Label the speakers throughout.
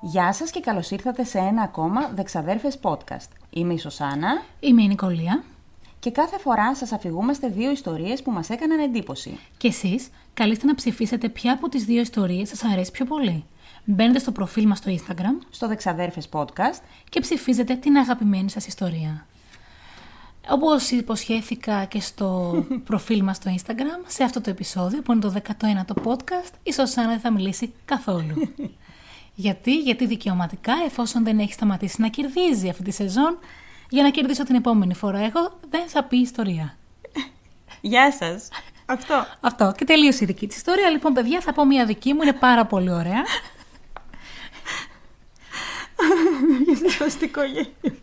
Speaker 1: Γεια σας και καλώς ήρθατε σε ένα ακόμα Δεξαδέρφες Podcast. Είμαι η Σωσάνα
Speaker 2: Είμαι η Νικολία
Speaker 1: και κάθε φορά σας αφηγούμαστε δύο ιστορίες που μας έκαναν εντύπωση.
Speaker 2: και εσείς καλείστε να ψηφίσετε ποια από τις δύο ιστορίες σας αρέσει πιο πολύ. Μπαίνετε στο προφίλ μας στο Instagram
Speaker 1: Στο Δεξαδέρφες Podcast
Speaker 2: και ψηφίζετε την αγαπημένη σας ιστορία. Όπως υποσχέθηκα και στο προφίλ μας στο Instagram, σε αυτό το επεισόδιο που είναι το 19ο podcast, η Σωσάνα δεν θα μιλήσει καθόλου. Γιατί, γιατί δικαιωματικά, εφόσον δεν έχει σταματήσει να κερδίζει αυτή τη σεζόν, για να κερδίσω την επόμενη φορά εγώ δεν θα πει ιστορία.
Speaker 1: Γεια σας! Αυτό.
Speaker 2: Αυτό. Και τελείωσε η δική της ιστορία. Λοιπόν, παιδιά, θα πω μια δική μου. Είναι πάρα πολύ ωραία.
Speaker 1: Σωστικό γέλιο.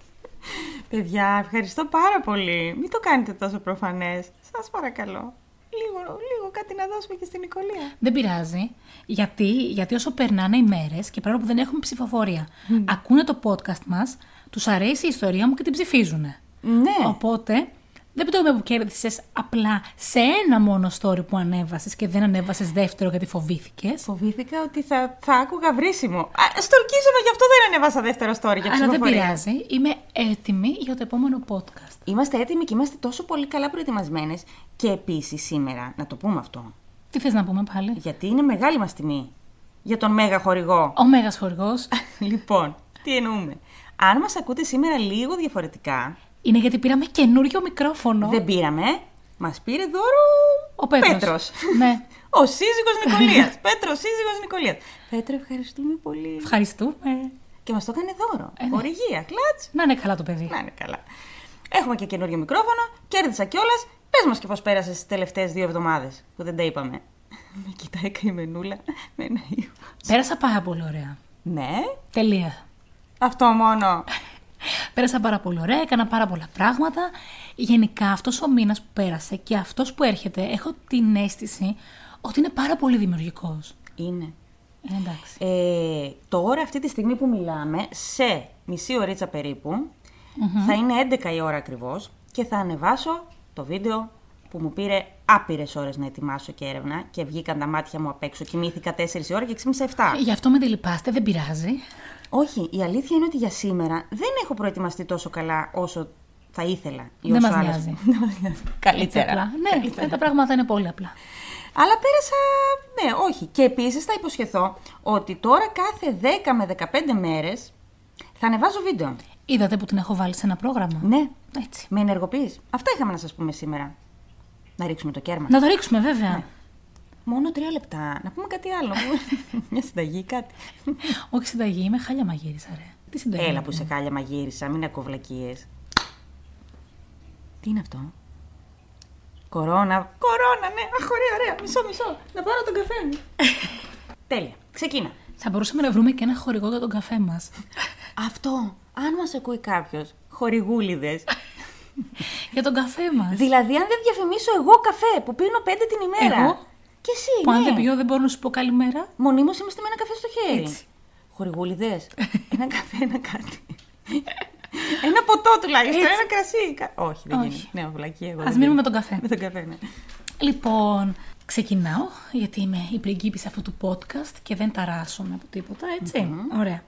Speaker 1: Παιδιά, ευχαριστώ πάρα πολύ. Μην το κάνετε τόσο προφανές. Σας παρακαλώ. Λίγο, λίγο κάτι να δώσουμε και στην Νικολία.
Speaker 2: Δεν πειράζει. Γιατί, γιατί όσο περνάνε οι μέρες και παρόλο που δεν έχουμε ψηφοφορία, ακούνε το podcast μας, τους αρέσει η ιστορία μου και την ψηφίζουν.
Speaker 1: Ναι.
Speaker 2: Οπότε, δεν πιστεύω που κέρδισες απλά σε ένα μόνο story που ανέβασες και δεν ανέβασες δεύτερο γιατί φοβήθηκες.
Speaker 1: Φοβήθηκα ότι θα, θα άκουγα βρίσιμο. Α, Στορκίζομαι, γι' αυτό δεν ανέβασα δεύτερο story για
Speaker 2: Αλλά δεν
Speaker 1: ψηφοφορία.
Speaker 2: πειράζει. Είμαι έτοιμη για το επόμενο podcast.
Speaker 1: Είμαστε έτοιμοι και είμαστε τόσο πολύ καλά προετοιμασμένες. Και επίσης σήμερα, να το πούμε αυτό,
Speaker 2: Τι θες να πούμε πάλι.
Speaker 1: γιατί είναι μεγάλη μας τιμή για τον μέγα χορηγό.
Speaker 2: Ο μέγας χορηγός
Speaker 1: λοιπόν, τι εννοούμε. Αν μας ακούτε σήμερα λίγο διαφορετικά,
Speaker 2: είναι γιατί πήραμε καινούριο μικρόφωνο.
Speaker 1: δεν πήραμε. Μας πήρε δώρο
Speaker 2: Ο Πέτρος. Ναι.
Speaker 1: Ο σύζυγος Νικολίας. Πέτρος, σύζυγος Νικολίας. Πέτρο, ευχαριστούμε πολύ.
Speaker 2: Ευχαριστούμε.
Speaker 1: Και μας το έκανε δώρο.
Speaker 2: ναι.
Speaker 1: Χορηγία, κλατ.
Speaker 2: Να είναι καλά το παιδί.
Speaker 1: Να είναι καλά. Έχουμε και καινούριο μικρόφωνο, κέρδισα κιόλας. Πες μας και πώς πέρασες τις τελευταίες δύο εβδομάδες που δεν τα είπαμε. Με κοιτάει καημενούλα με ένα ύφος.
Speaker 2: Πέρασα πάρα πολύ ωραία.
Speaker 1: Ναι,
Speaker 2: Τελεία.
Speaker 1: αυτό μόνο.
Speaker 2: Πέρασα πάρα πολύ ωραία, έκανα πάρα πολλά πράγματα. Γενικά αυτός ο μήνας που πέρασε και αυτός που έρχεται, έχω την αίσθηση ότι είναι πάρα πολύ δημιουργικός.
Speaker 1: Είναι.
Speaker 2: Ε, εντάξει.
Speaker 1: Ε, τώρα, αυτή τη στιγμή που μιλάμε, σε μισή ωρίτσα περίπου, θα είναι 11 η ώρα ακριβώς και θα ανεβάσω το βίντεο που μου πήρε άπειρες ώρες να ετοιμάσω και έρευνα και βγήκαν τα μάτια μου απ' έξω. Κοιμήθηκα 4 η ώρα και ξύπνησα 7.
Speaker 2: Γι' αυτό με τη λυπάστε, δεν πειράζει.
Speaker 1: Όχι, η αλήθεια είναι ότι για σήμερα δεν έχω προετοιμαστεί τόσο καλά όσο θα ήθελα. ή
Speaker 2: Δεν
Speaker 1: όσο
Speaker 2: μας
Speaker 1: άλλες-
Speaker 2: νοιάζει.
Speaker 1: Δεν μας νοιάζει.
Speaker 2: Έτσι
Speaker 1: Καλύτερα.
Speaker 2: απλά. Ναι, τα πράγματα είναι πολύ απλά.
Speaker 1: Αλλά πέρασα. Ναι, όχι. Και επίσης θα υποσχεθώ ότι τώρα κάθε 10 με 15 μέρες θα ανεβάζω βίντεο.
Speaker 2: Είδατε που την έχω βάλει σε ένα πρόγραμμα.
Speaker 1: Ναι,
Speaker 2: Έτσι.
Speaker 1: με ενεργοποιείς. Αυτά είχαμε να σας πούμε σήμερα. Να ρίξουμε το κέρμα.
Speaker 2: Να το ρίξουμε βέβαια.
Speaker 1: Ναι. Μόνο τρία λεπτά. Να πούμε κάτι άλλο. Μια συνταγή, κάτι.
Speaker 2: Όχι συνταγή, είμαι χάλια μαγείρισα, ρε. Τι συνταγή.
Speaker 1: Έλα που σε χάλια μαγείρισα, μην ακοβλακίε. Τι είναι αυτό. Κορώνα. Κορώνα, ναι. Αχ, ωραία, ωραία. Μισό, μισό. Να πάρω τον καφέ μου. Τέλεια. Ξεκίνα.
Speaker 2: Θα μπορούσαμε να βρούμε και ένα χορηγό για τον καφέ μας.
Speaker 1: Αυτό. Αν μας ακούει κάποιος, χορηγούλιδες.
Speaker 2: για τον καφέ μας.
Speaker 1: δηλαδή, αν δεν διαφημίσω εγώ καφέ που πίνω πέντε την ημέρα.
Speaker 2: Εγώ?
Speaker 1: Και εσύ,
Speaker 2: Που
Speaker 1: ναι.
Speaker 2: αν δεν πιω δεν μπορώ να σου πω καλημέρα.
Speaker 1: Μονίμως είμαστε με ένα καφέ στο χέρι.
Speaker 2: Έτσι.
Speaker 1: Χορηγούλιδες. ένα καφέ, ένα κάτι. ένα ποτό τουλάχιστον, ένα κρασί. Κα- Όχι, δεν
Speaker 2: Όχι.
Speaker 1: γίνεται. Ναι, βλακή εγώ.
Speaker 2: Ας
Speaker 1: δεν
Speaker 2: μείνουμε
Speaker 1: δίνω.
Speaker 2: με τον καφέ.
Speaker 1: Με τον καφέ, ναι.
Speaker 2: Λοιπόν, ξεκινάω γιατί είμαι η πριγκίπισσα αυτού του podcast και δεν ταράσσομαι από τίποτα, έτσι. Ωραία.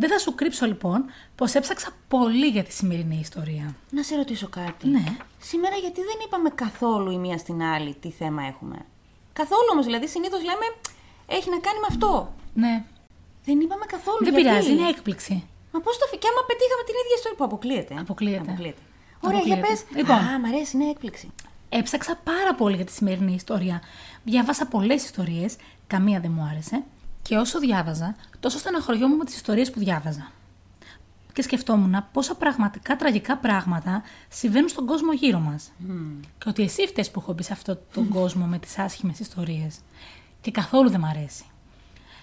Speaker 2: Δεν θα σου κρύψω λοιπόν πως έψαξα πολύ για τη σημερινή ιστορία.
Speaker 1: Να σε ρωτήσω κάτι.
Speaker 2: Ναι.
Speaker 1: Σήμερα γιατί δεν είπαμε καθόλου η μία στην άλλη τι θέμα έχουμε. Καθόλου όμως, δηλαδή συνήθως λέμε έχει να κάνει με αυτό.
Speaker 2: Ναι.
Speaker 1: Δεν είπαμε καθόλου.
Speaker 2: Δεν
Speaker 1: Λοιπόν, γιατί.
Speaker 2: πειράζει, ναι. είναι έκπληξη.
Speaker 1: Μα πώς το φυ- και άμα πετύχαμε την ίδια ιστορία που αποκλείεται. ε.
Speaker 2: Αποκλείεται.
Speaker 1: αποκλείεται. Ωραία, για
Speaker 2: Αποκλείεται.
Speaker 1: πες.
Speaker 2: Λοιπόν.
Speaker 1: Α, μ' αρέσει, είναι έκπληξη.
Speaker 2: Έψαξα πάρα πολύ για τη σημερινή ιστορία. Διάβασα πολλές ιστορίες, καμία δεν μου άρεσε. Και όσο διάβαζα, τόσο στεναχωριόμουν με τις ιστορίες που διάβαζα. Και σκεφτόμουν πόσα πραγματικά τραγικά πράγματα συμβαίνουν στον κόσμο γύρω μας. Και ότι εσύ φταίεις που έχω μπει σε αυτόν τον κόσμο με τις άσχημες ιστορίες. Και καθόλου δεν μ' αρέσει.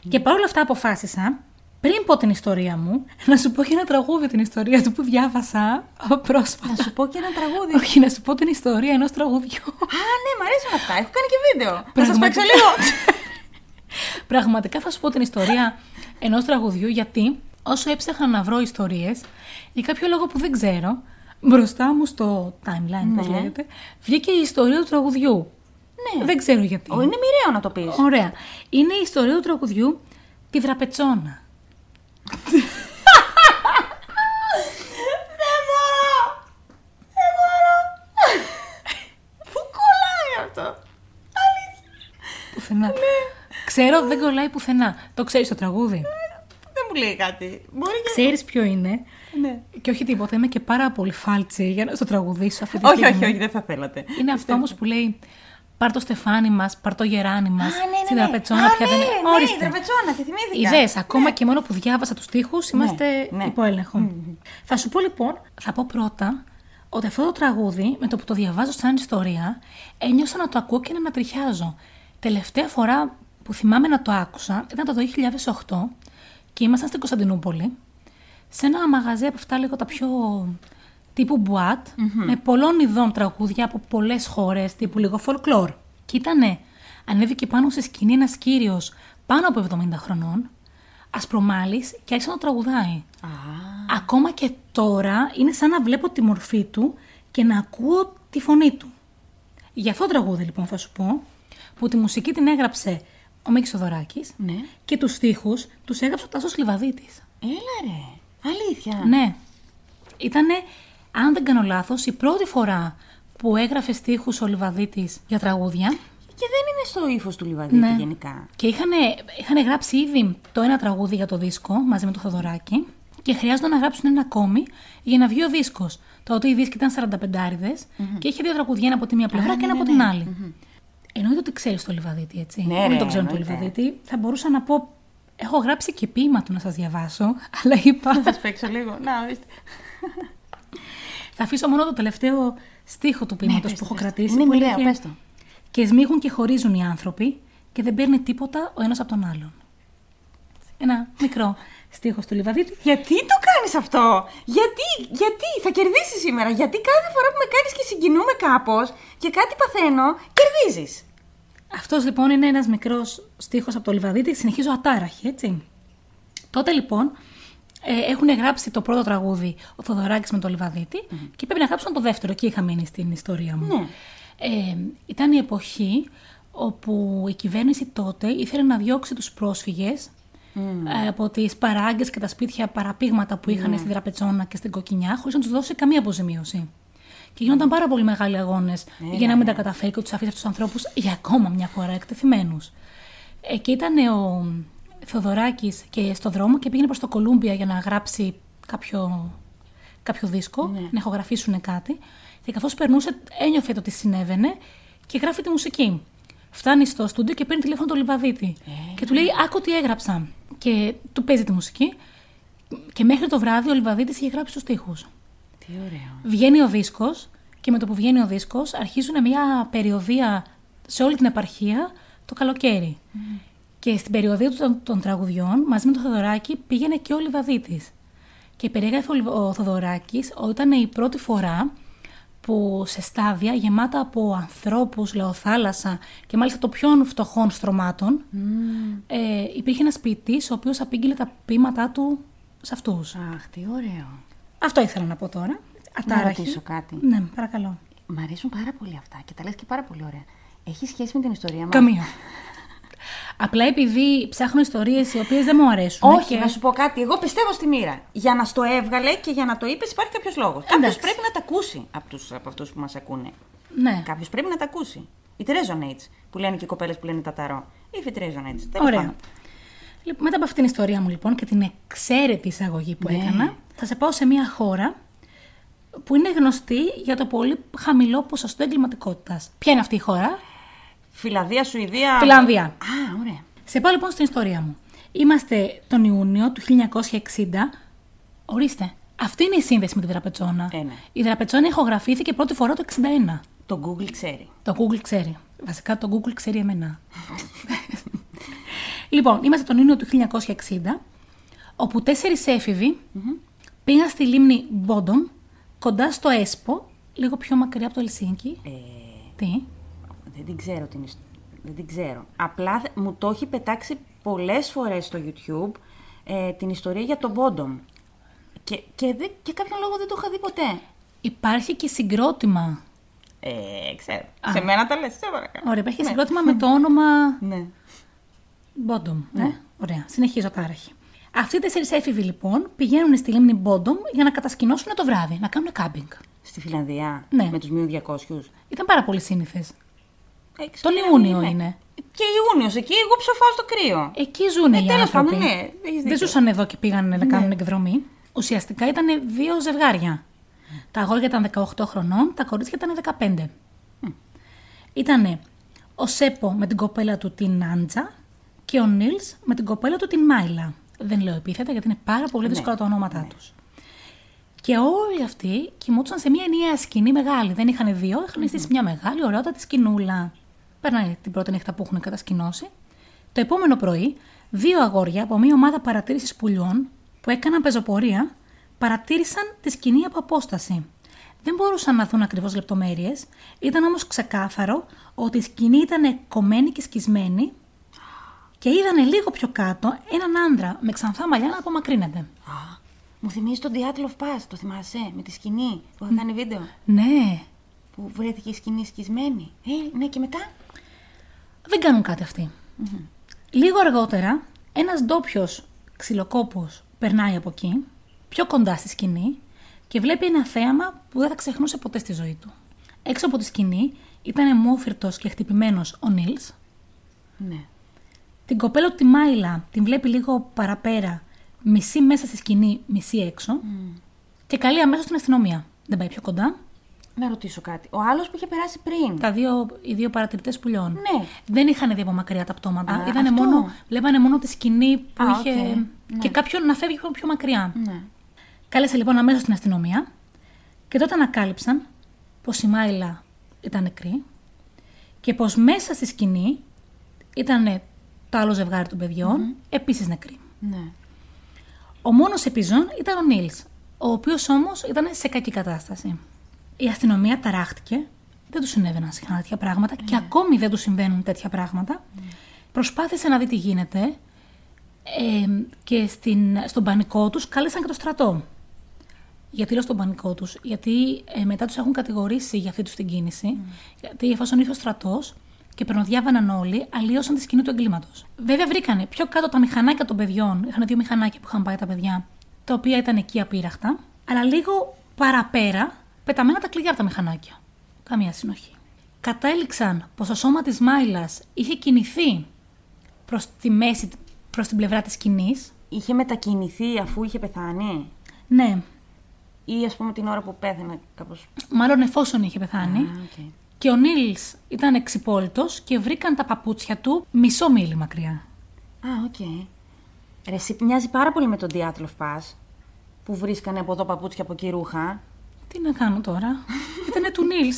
Speaker 2: Και παρόλα αυτά αποφάσισα, πριν πω την ιστορία μου, να σου πω και ένα τραγούδι την ιστορία του που διάβασα πρόσφατα.
Speaker 1: Να σου πω και ένα τραγούδι.
Speaker 2: Όχι, να σου πω την ιστορία ενός τραγουδιού.
Speaker 1: Α, ναι, μ' αρέσουν αυτά. Έχω κάνει και βίντεο. Να σας
Speaker 2: Πραγματικά.
Speaker 1: παίξω λίγο.
Speaker 2: Πραγματικά θα σου πω την ιστορία ενός τραγουδιού γιατί όσο έψαχνα να βρω ιστορίες, για κάποιο λόγο που δεν ξέρω, μπροστά μου στο timeline, ναι.
Speaker 1: Ναι.
Speaker 2: λέγεται, βγήκε η ιστορία του τραγουδιού.
Speaker 1: ναι.
Speaker 2: Δεν ξέρω γιατί.
Speaker 1: Ω, είναι μοιραίο να το πεις.
Speaker 2: Ωραία. Είναι η ιστορία του τραγουδιού Τη Δραπετσόνα.
Speaker 1: Ναι.
Speaker 2: Ξέρω δεν κολλάει πουθενά. Το ξέρεις το τραγούδι.
Speaker 1: Δεν μου λέει κάτι. Μπορεί και.
Speaker 2: Ξέρεις ποιο είναι.
Speaker 1: Ναι.
Speaker 2: Και όχι τίποτα. Είμαι και πάρα πολύ φάλτσι για να στο τραγουδήσω αυτή τη
Speaker 1: Όχι,
Speaker 2: στιγμή.
Speaker 1: όχι, όχι, δεν θα θέλατε.
Speaker 2: Είναι αυτό όμως που λέει Πάρ το στεφάνι μας, πάρ το γεράνι μας. Στην
Speaker 1: Α,
Speaker 2: τραπετσόνα πια
Speaker 1: ναι,
Speaker 2: δεν
Speaker 1: ναι,
Speaker 2: είναι.
Speaker 1: η τραπετσόνα, τη θυμήθηκα.
Speaker 2: Ιδέες, ακόμα και μόνο που διάβασα τους τοίχου, είμαστε
Speaker 1: ναι.
Speaker 2: υπό έλεγχο. Θα σου πω λοιπόν, θα πω πρώτα ότι αυτό το τραγούδι με το που το διαβάζω σαν ιστορία, ένιωσα να το ακούω και να ανατριχιάζω. Τελευταία φορά που θυμάμαι να το άκουσα ήταν το 2008 και ήμασταν στην Κωνσταντινούπολη σε ένα μαγαζί από αυτά λίγο τα πιο τύπου μπουάτ, με πολλών ειδών τραγούδια από πολλές χώρες, τύπου λίγο folklore. Και ήτανε, ανέβηκε πάνω στη σκηνή ένας κύριος πάνω από 70 χρονών, ασπρομάλης και άρχισε να τραγουδάει.
Speaker 1: Α,
Speaker 2: Ακόμα και τώρα είναι σαν να βλέπω τη μορφή του και να ακούω τη φωνή του. Γι' αυτό το τραγούδι λοιπόν θα σου πω, που τη μουσική την έγραψε ο Μίκης Θοδωράκης
Speaker 1: ναι.
Speaker 2: και τους στίχους τους έγραψε ο Τάσος Λιβαδίτης.
Speaker 1: Έλα ρε. Αλήθεια.
Speaker 2: Ναι. Ήτανε, αν δεν κάνω λάθος, η πρώτη φορά που έγραφε στίχους ο Λιβαδίτης για τραγούδια.
Speaker 1: Και δεν είναι στο ύφος του Λιβαδίτη
Speaker 2: Ναι.
Speaker 1: δηλαδή, γενικά.
Speaker 2: Και είχαν, γράψει ήδη το ένα τραγούδι για το δίσκο μαζί με το Θοδωράκι και χρειάζονταν να γράψουν ένα ακόμη για να βγει ο δίσκος. Τότε οι δίσκοι ήταν 45 άριδες και είχε δύο τραγουδιά ένα από τη μία πλευρά
Speaker 1: ναι,
Speaker 2: και ένα από την άλλη. Εννοείται ότι ξέρεις το Λιβαδίτη, έτσι.
Speaker 1: Ναι,
Speaker 2: Όλοι
Speaker 1: ρε,
Speaker 2: τον ξέρουν το
Speaker 1: εννοείται.
Speaker 2: Λιβαδίτη. Θα μπορούσα να πω. Έχω γράψει και ποίημα του να σας διαβάσω, αλλά είπα.
Speaker 1: Θα σου παίξω λίγο. Να, ορίστε.
Speaker 2: Θα αφήσω μόνο το τελευταίο στίχο
Speaker 1: Ναι,
Speaker 2: του ποίηματος που έχω κρατήσει.
Speaker 1: Είναι
Speaker 2: που
Speaker 1: μοιραίο,
Speaker 2: έλεγε,
Speaker 1: Ναι, πες το.
Speaker 2: Και σμίγουν και χωρίζουν οι άνθρωποι και δεν παίρνει τίποτα ο ένας από τον άλλον. Ένα μικρό στίχος του Λιβαδίτη.
Speaker 1: Γιατί το κάνεις αυτό, Γιατί, γιατί, θα κερδίσεις σήμερα. Γιατί κάθε φορά που με κάνεις και συγκινούμε κάπως και κάτι παθαίνω, κερδίζεις.
Speaker 2: Αυτός λοιπόν είναι ένας μικρός στίχος από το Λιβαδίτη. Συνεχίζω ατάραχη, έτσι. Τότε λοιπόν ε, έχουν γράψει το πρώτο τραγούδι ο Θοδωράκης με το Λιβαδίτη και πρέπει να γράψουν το δεύτερο. Εκεί είχα μείνει στην ιστορία μου.
Speaker 1: Ναι.
Speaker 2: Ε, ήταν η εποχή όπου η κυβέρνηση τότε ήθελε να διώξει τους πρόσφυγες ε, από τις παράγκες και τα σπίτια παραπήγματα που είχαν στην Τραπετσόνα και στην Κοκκινιά χωρίς να τους δώσει καμία αποζημίωση. Και γίνονταν πάρα πολύ μεγάλοι αγώνες για να μην τα καταφέρει και τους αφήσει αυτούς τους ανθρώπους για ακόμα μια φορά εκτεθειμένους. Ε, και ήταν ο Θεοδωράκης και στο δρόμο και πήγαινε προς το Κολούμπια για να γράψει κάποιο, κάποιο δίσκο, να ηχογραφήσουν κάτι. Και καθώς περνούσε ένιωφε το τι συνέβαινε και γράφει τη μουσική. Φτάνει στο στούντιο και παίρνει τηλέφωνο τον Λιβαδίτη. Και του λέει: Άκου τι έγραψα. Και του παίζει τη μουσική. Και μέχρι το βράδυ ο Λιβαδίτης είχε γράψει τους τοίχους.
Speaker 1: Τι ωραίο.
Speaker 2: Βγαίνει ο δίσκος και με το που βγαίνει ο δίσκος αρχίζουν μια περιοδία σε όλη την επαρχία το καλοκαίρι.
Speaker 1: Mm.
Speaker 2: Και στην περιοδία του των, των τραγουδιών, μαζί με τον Θοδωράκη, πήγαινε και ο Λιβαδίτης. Και περιέγραφε ο, Λιβ- ο Θοδωράκης ότι ήταν η πρώτη φορά που σε στάδια γεμάτα από ανθρώπους, λαοθάλασσα και μάλιστα των πιο φτωχών στρωμάτων,
Speaker 1: Mm.
Speaker 2: ε, υπήρχε ένας ποιητής ο οποίος απήγγειλε τα ποίηματά του σε αυτούς.
Speaker 1: Αχ, τι ωραίο.
Speaker 2: Αυτό ήθελα να πω τώρα.
Speaker 1: Να
Speaker 2: Ατάραχη.
Speaker 1: ρωτήσω κάτι.
Speaker 2: Ναι, παρακαλώ.
Speaker 1: Μ' αρέσουν πάρα πολύ αυτά και τα λες και πάρα πολύ ωραία. Έχεις σχέση με την ιστορία μας.
Speaker 2: Καμία. Απλά επειδή ψάχνω ιστορίες οι οποίες δεν μου αρέσουν.
Speaker 1: Όχι,
Speaker 2: και-
Speaker 1: να σου πω κάτι. Εγώ πιστεύω στη μοίρα. Για να στο έβγαλε και για να το είπες, υπάρχει κάποιος λόγος. Κάποιο
Speaker 2: Εντάξει.
Speaker 1: πρέπει να τα ακούσει από, τους, από αυτούς που μας ακούνε.
Speaker 2: Ναι.
Speaker 1: Κάποιος πρέπει να τα ακούσει. Οι Τρέζονέιτ που λένε και οι κοπέλες που λένε τα ταρό. Ή οι Τρέζονέιτ.
Speaker 2: Ωραία. Λοιπόν, μετά από αυτήν την ιστορία μου λοιπόν και την εξαίρετη εισαγωγή που
Speaker 1: Ναι.
Speaker 2: έκανα, θα σε πάω σε μια χώρα που είναι γνωστή για το πολύ χαμηλό ποσοστό εγκληματικότητας. Ποια είναι αυτή η χώρα,
Speaker 1: Φιλανδία, Σουηδία.
Speaker 2: Φιλανδία.
Speaker 1: Α, ωραία.
Speaker 2: Σε πάω λοιπόν στην ιστορία μου. Είμαστε τον Ιούνιο του 1960. Ορίστε. Αυτή είναι η σύνδεση με την Δραπετσόνα.
Speaker 1: Ε, ναι.
Speaker 2: Η Δραπετσόνα ηχογραφήθηκε πρώτη φορά το 61.
Speaker 1: Το Google ξέρει.
Speaker 2: Το Google ξέρει. Βασικά το Google ξέρει εμένα. λοιπόν, είμαστε τον Ιούνιο του 1960, όπου τέσσερις έφηβοι πήγαν στη λίμνη Μπόντομ, κοντά στο Έσπο, λίγο πιο μακριά από το Ελσίνκι.
Speaker 1: Ε,
Speaker 2: Τι.
Speaker 1: δεν την ξέρω την ιστορία. Δεν την ξέρω. Απλά δε- μου το έχει πετάξει πολλές φορές στο YouTube ε, την ιστορία για τον Bondom. Και, και, δεν- και κάποιον λόγο δεν το είχα δει ποτέ.
Speaker 2: Υπάρχει και συγκρότημα.
Speaker 1: Ε, ξέρω. Σε μένα τα λες, σε παρακαλώ.
Speaker 2: Ωραία, υπάρχει και συγκρότημα με το όνομα
Speaker 1: Ναι.
Speaker 2: Μπόντομ. Ναι. Ωραία. Συνεχίζω τάραχη. Αυτοί οι τέσσερις έφηβοι λοιπόν πηγαίνουν στη λίμνη Μπόντομ για να κατασκηνώσουν το βράδυ, να κάνουν κάμπινγκ.
Speaker 1: Στη Φιλανδία,
Speaker 2: Ναι.
Speaker 1: με τους μείον 200.
Speaker 2: Ήταν πάρα πολύ σύνηθες.
Speaker 1: Ε, ξέρω,
Speaker 2: Τον
Speaker 1: ναι,
Speaker 2: Ιούνιο
Speaker 1: ναι.
Speaker 2: είναι.
Speaker 1: Και Ιούνιος εκεί, εγώ ψοφάω στο κρύο.
Speaker 2: Εκεί ζουν
Speaker 1: Ε,
Speaker 2: οι
Speaker 1: τέλος πάντων,
Speaker 2: άνθρωποι.
Speaker 1: ναι, έχεις
Speaker 2: Δεν
Speaker 1: δίκιο. Ναι.
Speaker 2: ζούσαν εδώ και πήγαν να κάνουν εκδρομή. Ουσιαστικά ήταν δύο ζευγάρια. Τα αγόρια ήταν 18 χρονών, τα κορίτσια ήταν 15. Ήτανε ο Σέπο με την κοπέλα του την Άντζα και ο Νίλς με την κοπέλα του την Μάιλα. Δεν λέω επίθετα γιατί είναι πάρα
Speaker 1: Ναι,
Speaker 2: πολύ δύσκολα τα ονόματά τους. Και όλοι αυτοί κοιμούνταν σε μια ενιαία σκηνή μεγάλη. Δεν είχαν δύο, είχαν στήσει μια μεγάλη, ωραιότατη σκηνούλα. Περνάει την πρώτη νύχτα που έχουν κατασκηνώσει. Το επόμενο πρωί, δύο αγόρια από μια ομάδα παρατήρησης πουλιών που έκαναν πεζοπορία παρατήρησαν τη σκηνή από απόσταση. Δεν μπορούσαν να δουν ακριβώς λεπτομέρειες, ήταν όμως ξεκάθαρο ότι η σκηνή ήταν κομμένη και σκισμένη και είδανε λίγο πιο κάτω έναν άνδρα με ξανθά μαλλιά να απομακρύνεται.
Speaker 1: Α, μου θυμίζει τον Diathlon Pass, το θυμάσαι, με τη σκηνή που είχα κάνει βίντεο.
Speaker 2: Ναι,
Speaker 1: Που βρέθηκε η σκηνή σκισμένη. Ε, ναι, και μετά.
Speaker 2: δεν κάνουν κάτι αυτοί. Λίγο αργότερα, ένας ντόπιος ξυλοκόπος περνάει από εκεί, πιο κοντά στη σκηνή και βλέπει ένα θέαμα που δεν θα ξεχνούσε ποτέ στη ζωή του. Έξω από τη σκηνή ήταν μόφυρτος και χτυπημένος ο Νίλ.
Speaker 1: Ναι.
Speaker 2: Την κοπέλα του τη Μάιλα την βλέπει λίγο παραπέρα, μισή μέσα στη σκηνή, μισή έξω. Και καλεί αμέσως την αστυνομία. Δεν πάει πιο κοντά.
Speaker 1: Να ρωτήσω κάτι. Ο άλλος που είχε περάσει πριν.
Speaker 2: Τα δύο, οι δύο παρατηρητές πουλιών.
Speaker 1: Ναι.
Speaker 2: Δεν είχαν δει από μακριά τα πτώματα.
Speaker 1: Α,
Speaker 2: Είδανε
Speaker 1: αυτό.
Speaker 2: μόνο, βλέπανε μόνο τη σκηνή που
Speaker 1: Α,
Speaker 2: είχε.
Speaker 1: οκ.
Speaker 2: και κάποιον να φεύγει πιο- πιο μακριά.
Speaker 1: Ναι.
Speaker 2: Κάλεσε λοιπόν αμέσως την αστυνομία και τότε ανακάλυψαν πως η Μάιλα ήταν νεκρή και πως μέσα στη σκηνή ήταν το άλλο ζευγάρι των παιδιων επίσης νεκρή.
Speaker 1: Ναι.
Speaker 2: Ο μόνος επιζών ήταν ο Νίλ, ο οποίος όμως ήταν σε κακή κατάσταση. Η αστυνομία ταράχτηκε, δεν τους συνέβαιναν συχνά τέτοια πράγματα και ακόμη δεν τους συμβαίνουν τέτοια πράγματα. Προσπάθησε να δει τι γίνεται ε, και στην, στον πανικό τους κάλεσαν και το στρατό. Γιατί λέω στον πανικό τους, Γιατί ε, μετά τους έχουν κατηγορήσει για αυτή τους την κίνηση. Γιατί εφόσον ήρθε ο στρατός και περνοδιάβαναν όλοι, αλλίωσαν τη σκηνή του εγκλήματος. Βέβαια, βρήκανε πιο κάτω τα μηχανάκια των παιδιών. Είχαν δύο μηχανάκια που είχαν πάει τα παιδιά, τα οποία ήταν εκεί απείραχτα. Αλλά λίγο παραπέρα, πεταμένα τα κλειδιά από τα μηχανάκια. Καμία συνοχή. Κατέληξαν πως το σώμα της Μάιλας είχε κινηθεί προς τη μέση, προς την πλευρά της σκηνής.
Speaker 1: Είχε μετακινηθεί αφού είχε πεθάνει.
Speaker 2: Ναι,
Speaker 1: Ή ας πούμε την ώρα που πέθανε κάπως.
Speaker 2: μάλλον εφόσον είχε
Speaker 1: ναι.
Speaker 2: πεθάνει.
Speaker 1: Okay.
Speaker 2: Και ο Νίλ ήταν εξυπόλυτος και βρήκαν τα παπούτσια του μισό μίλι μακριά.
Speaker 1: Α, οκ. Ρε, εσύ μοιάζει πάρα πολύ με τον Diathlon Pass που βρίσκανε από εδώ παπούτσια από εκεί ρούχα.
Speaker 2: Τι να κάνω τώρα. Ήτανε του Νίλ.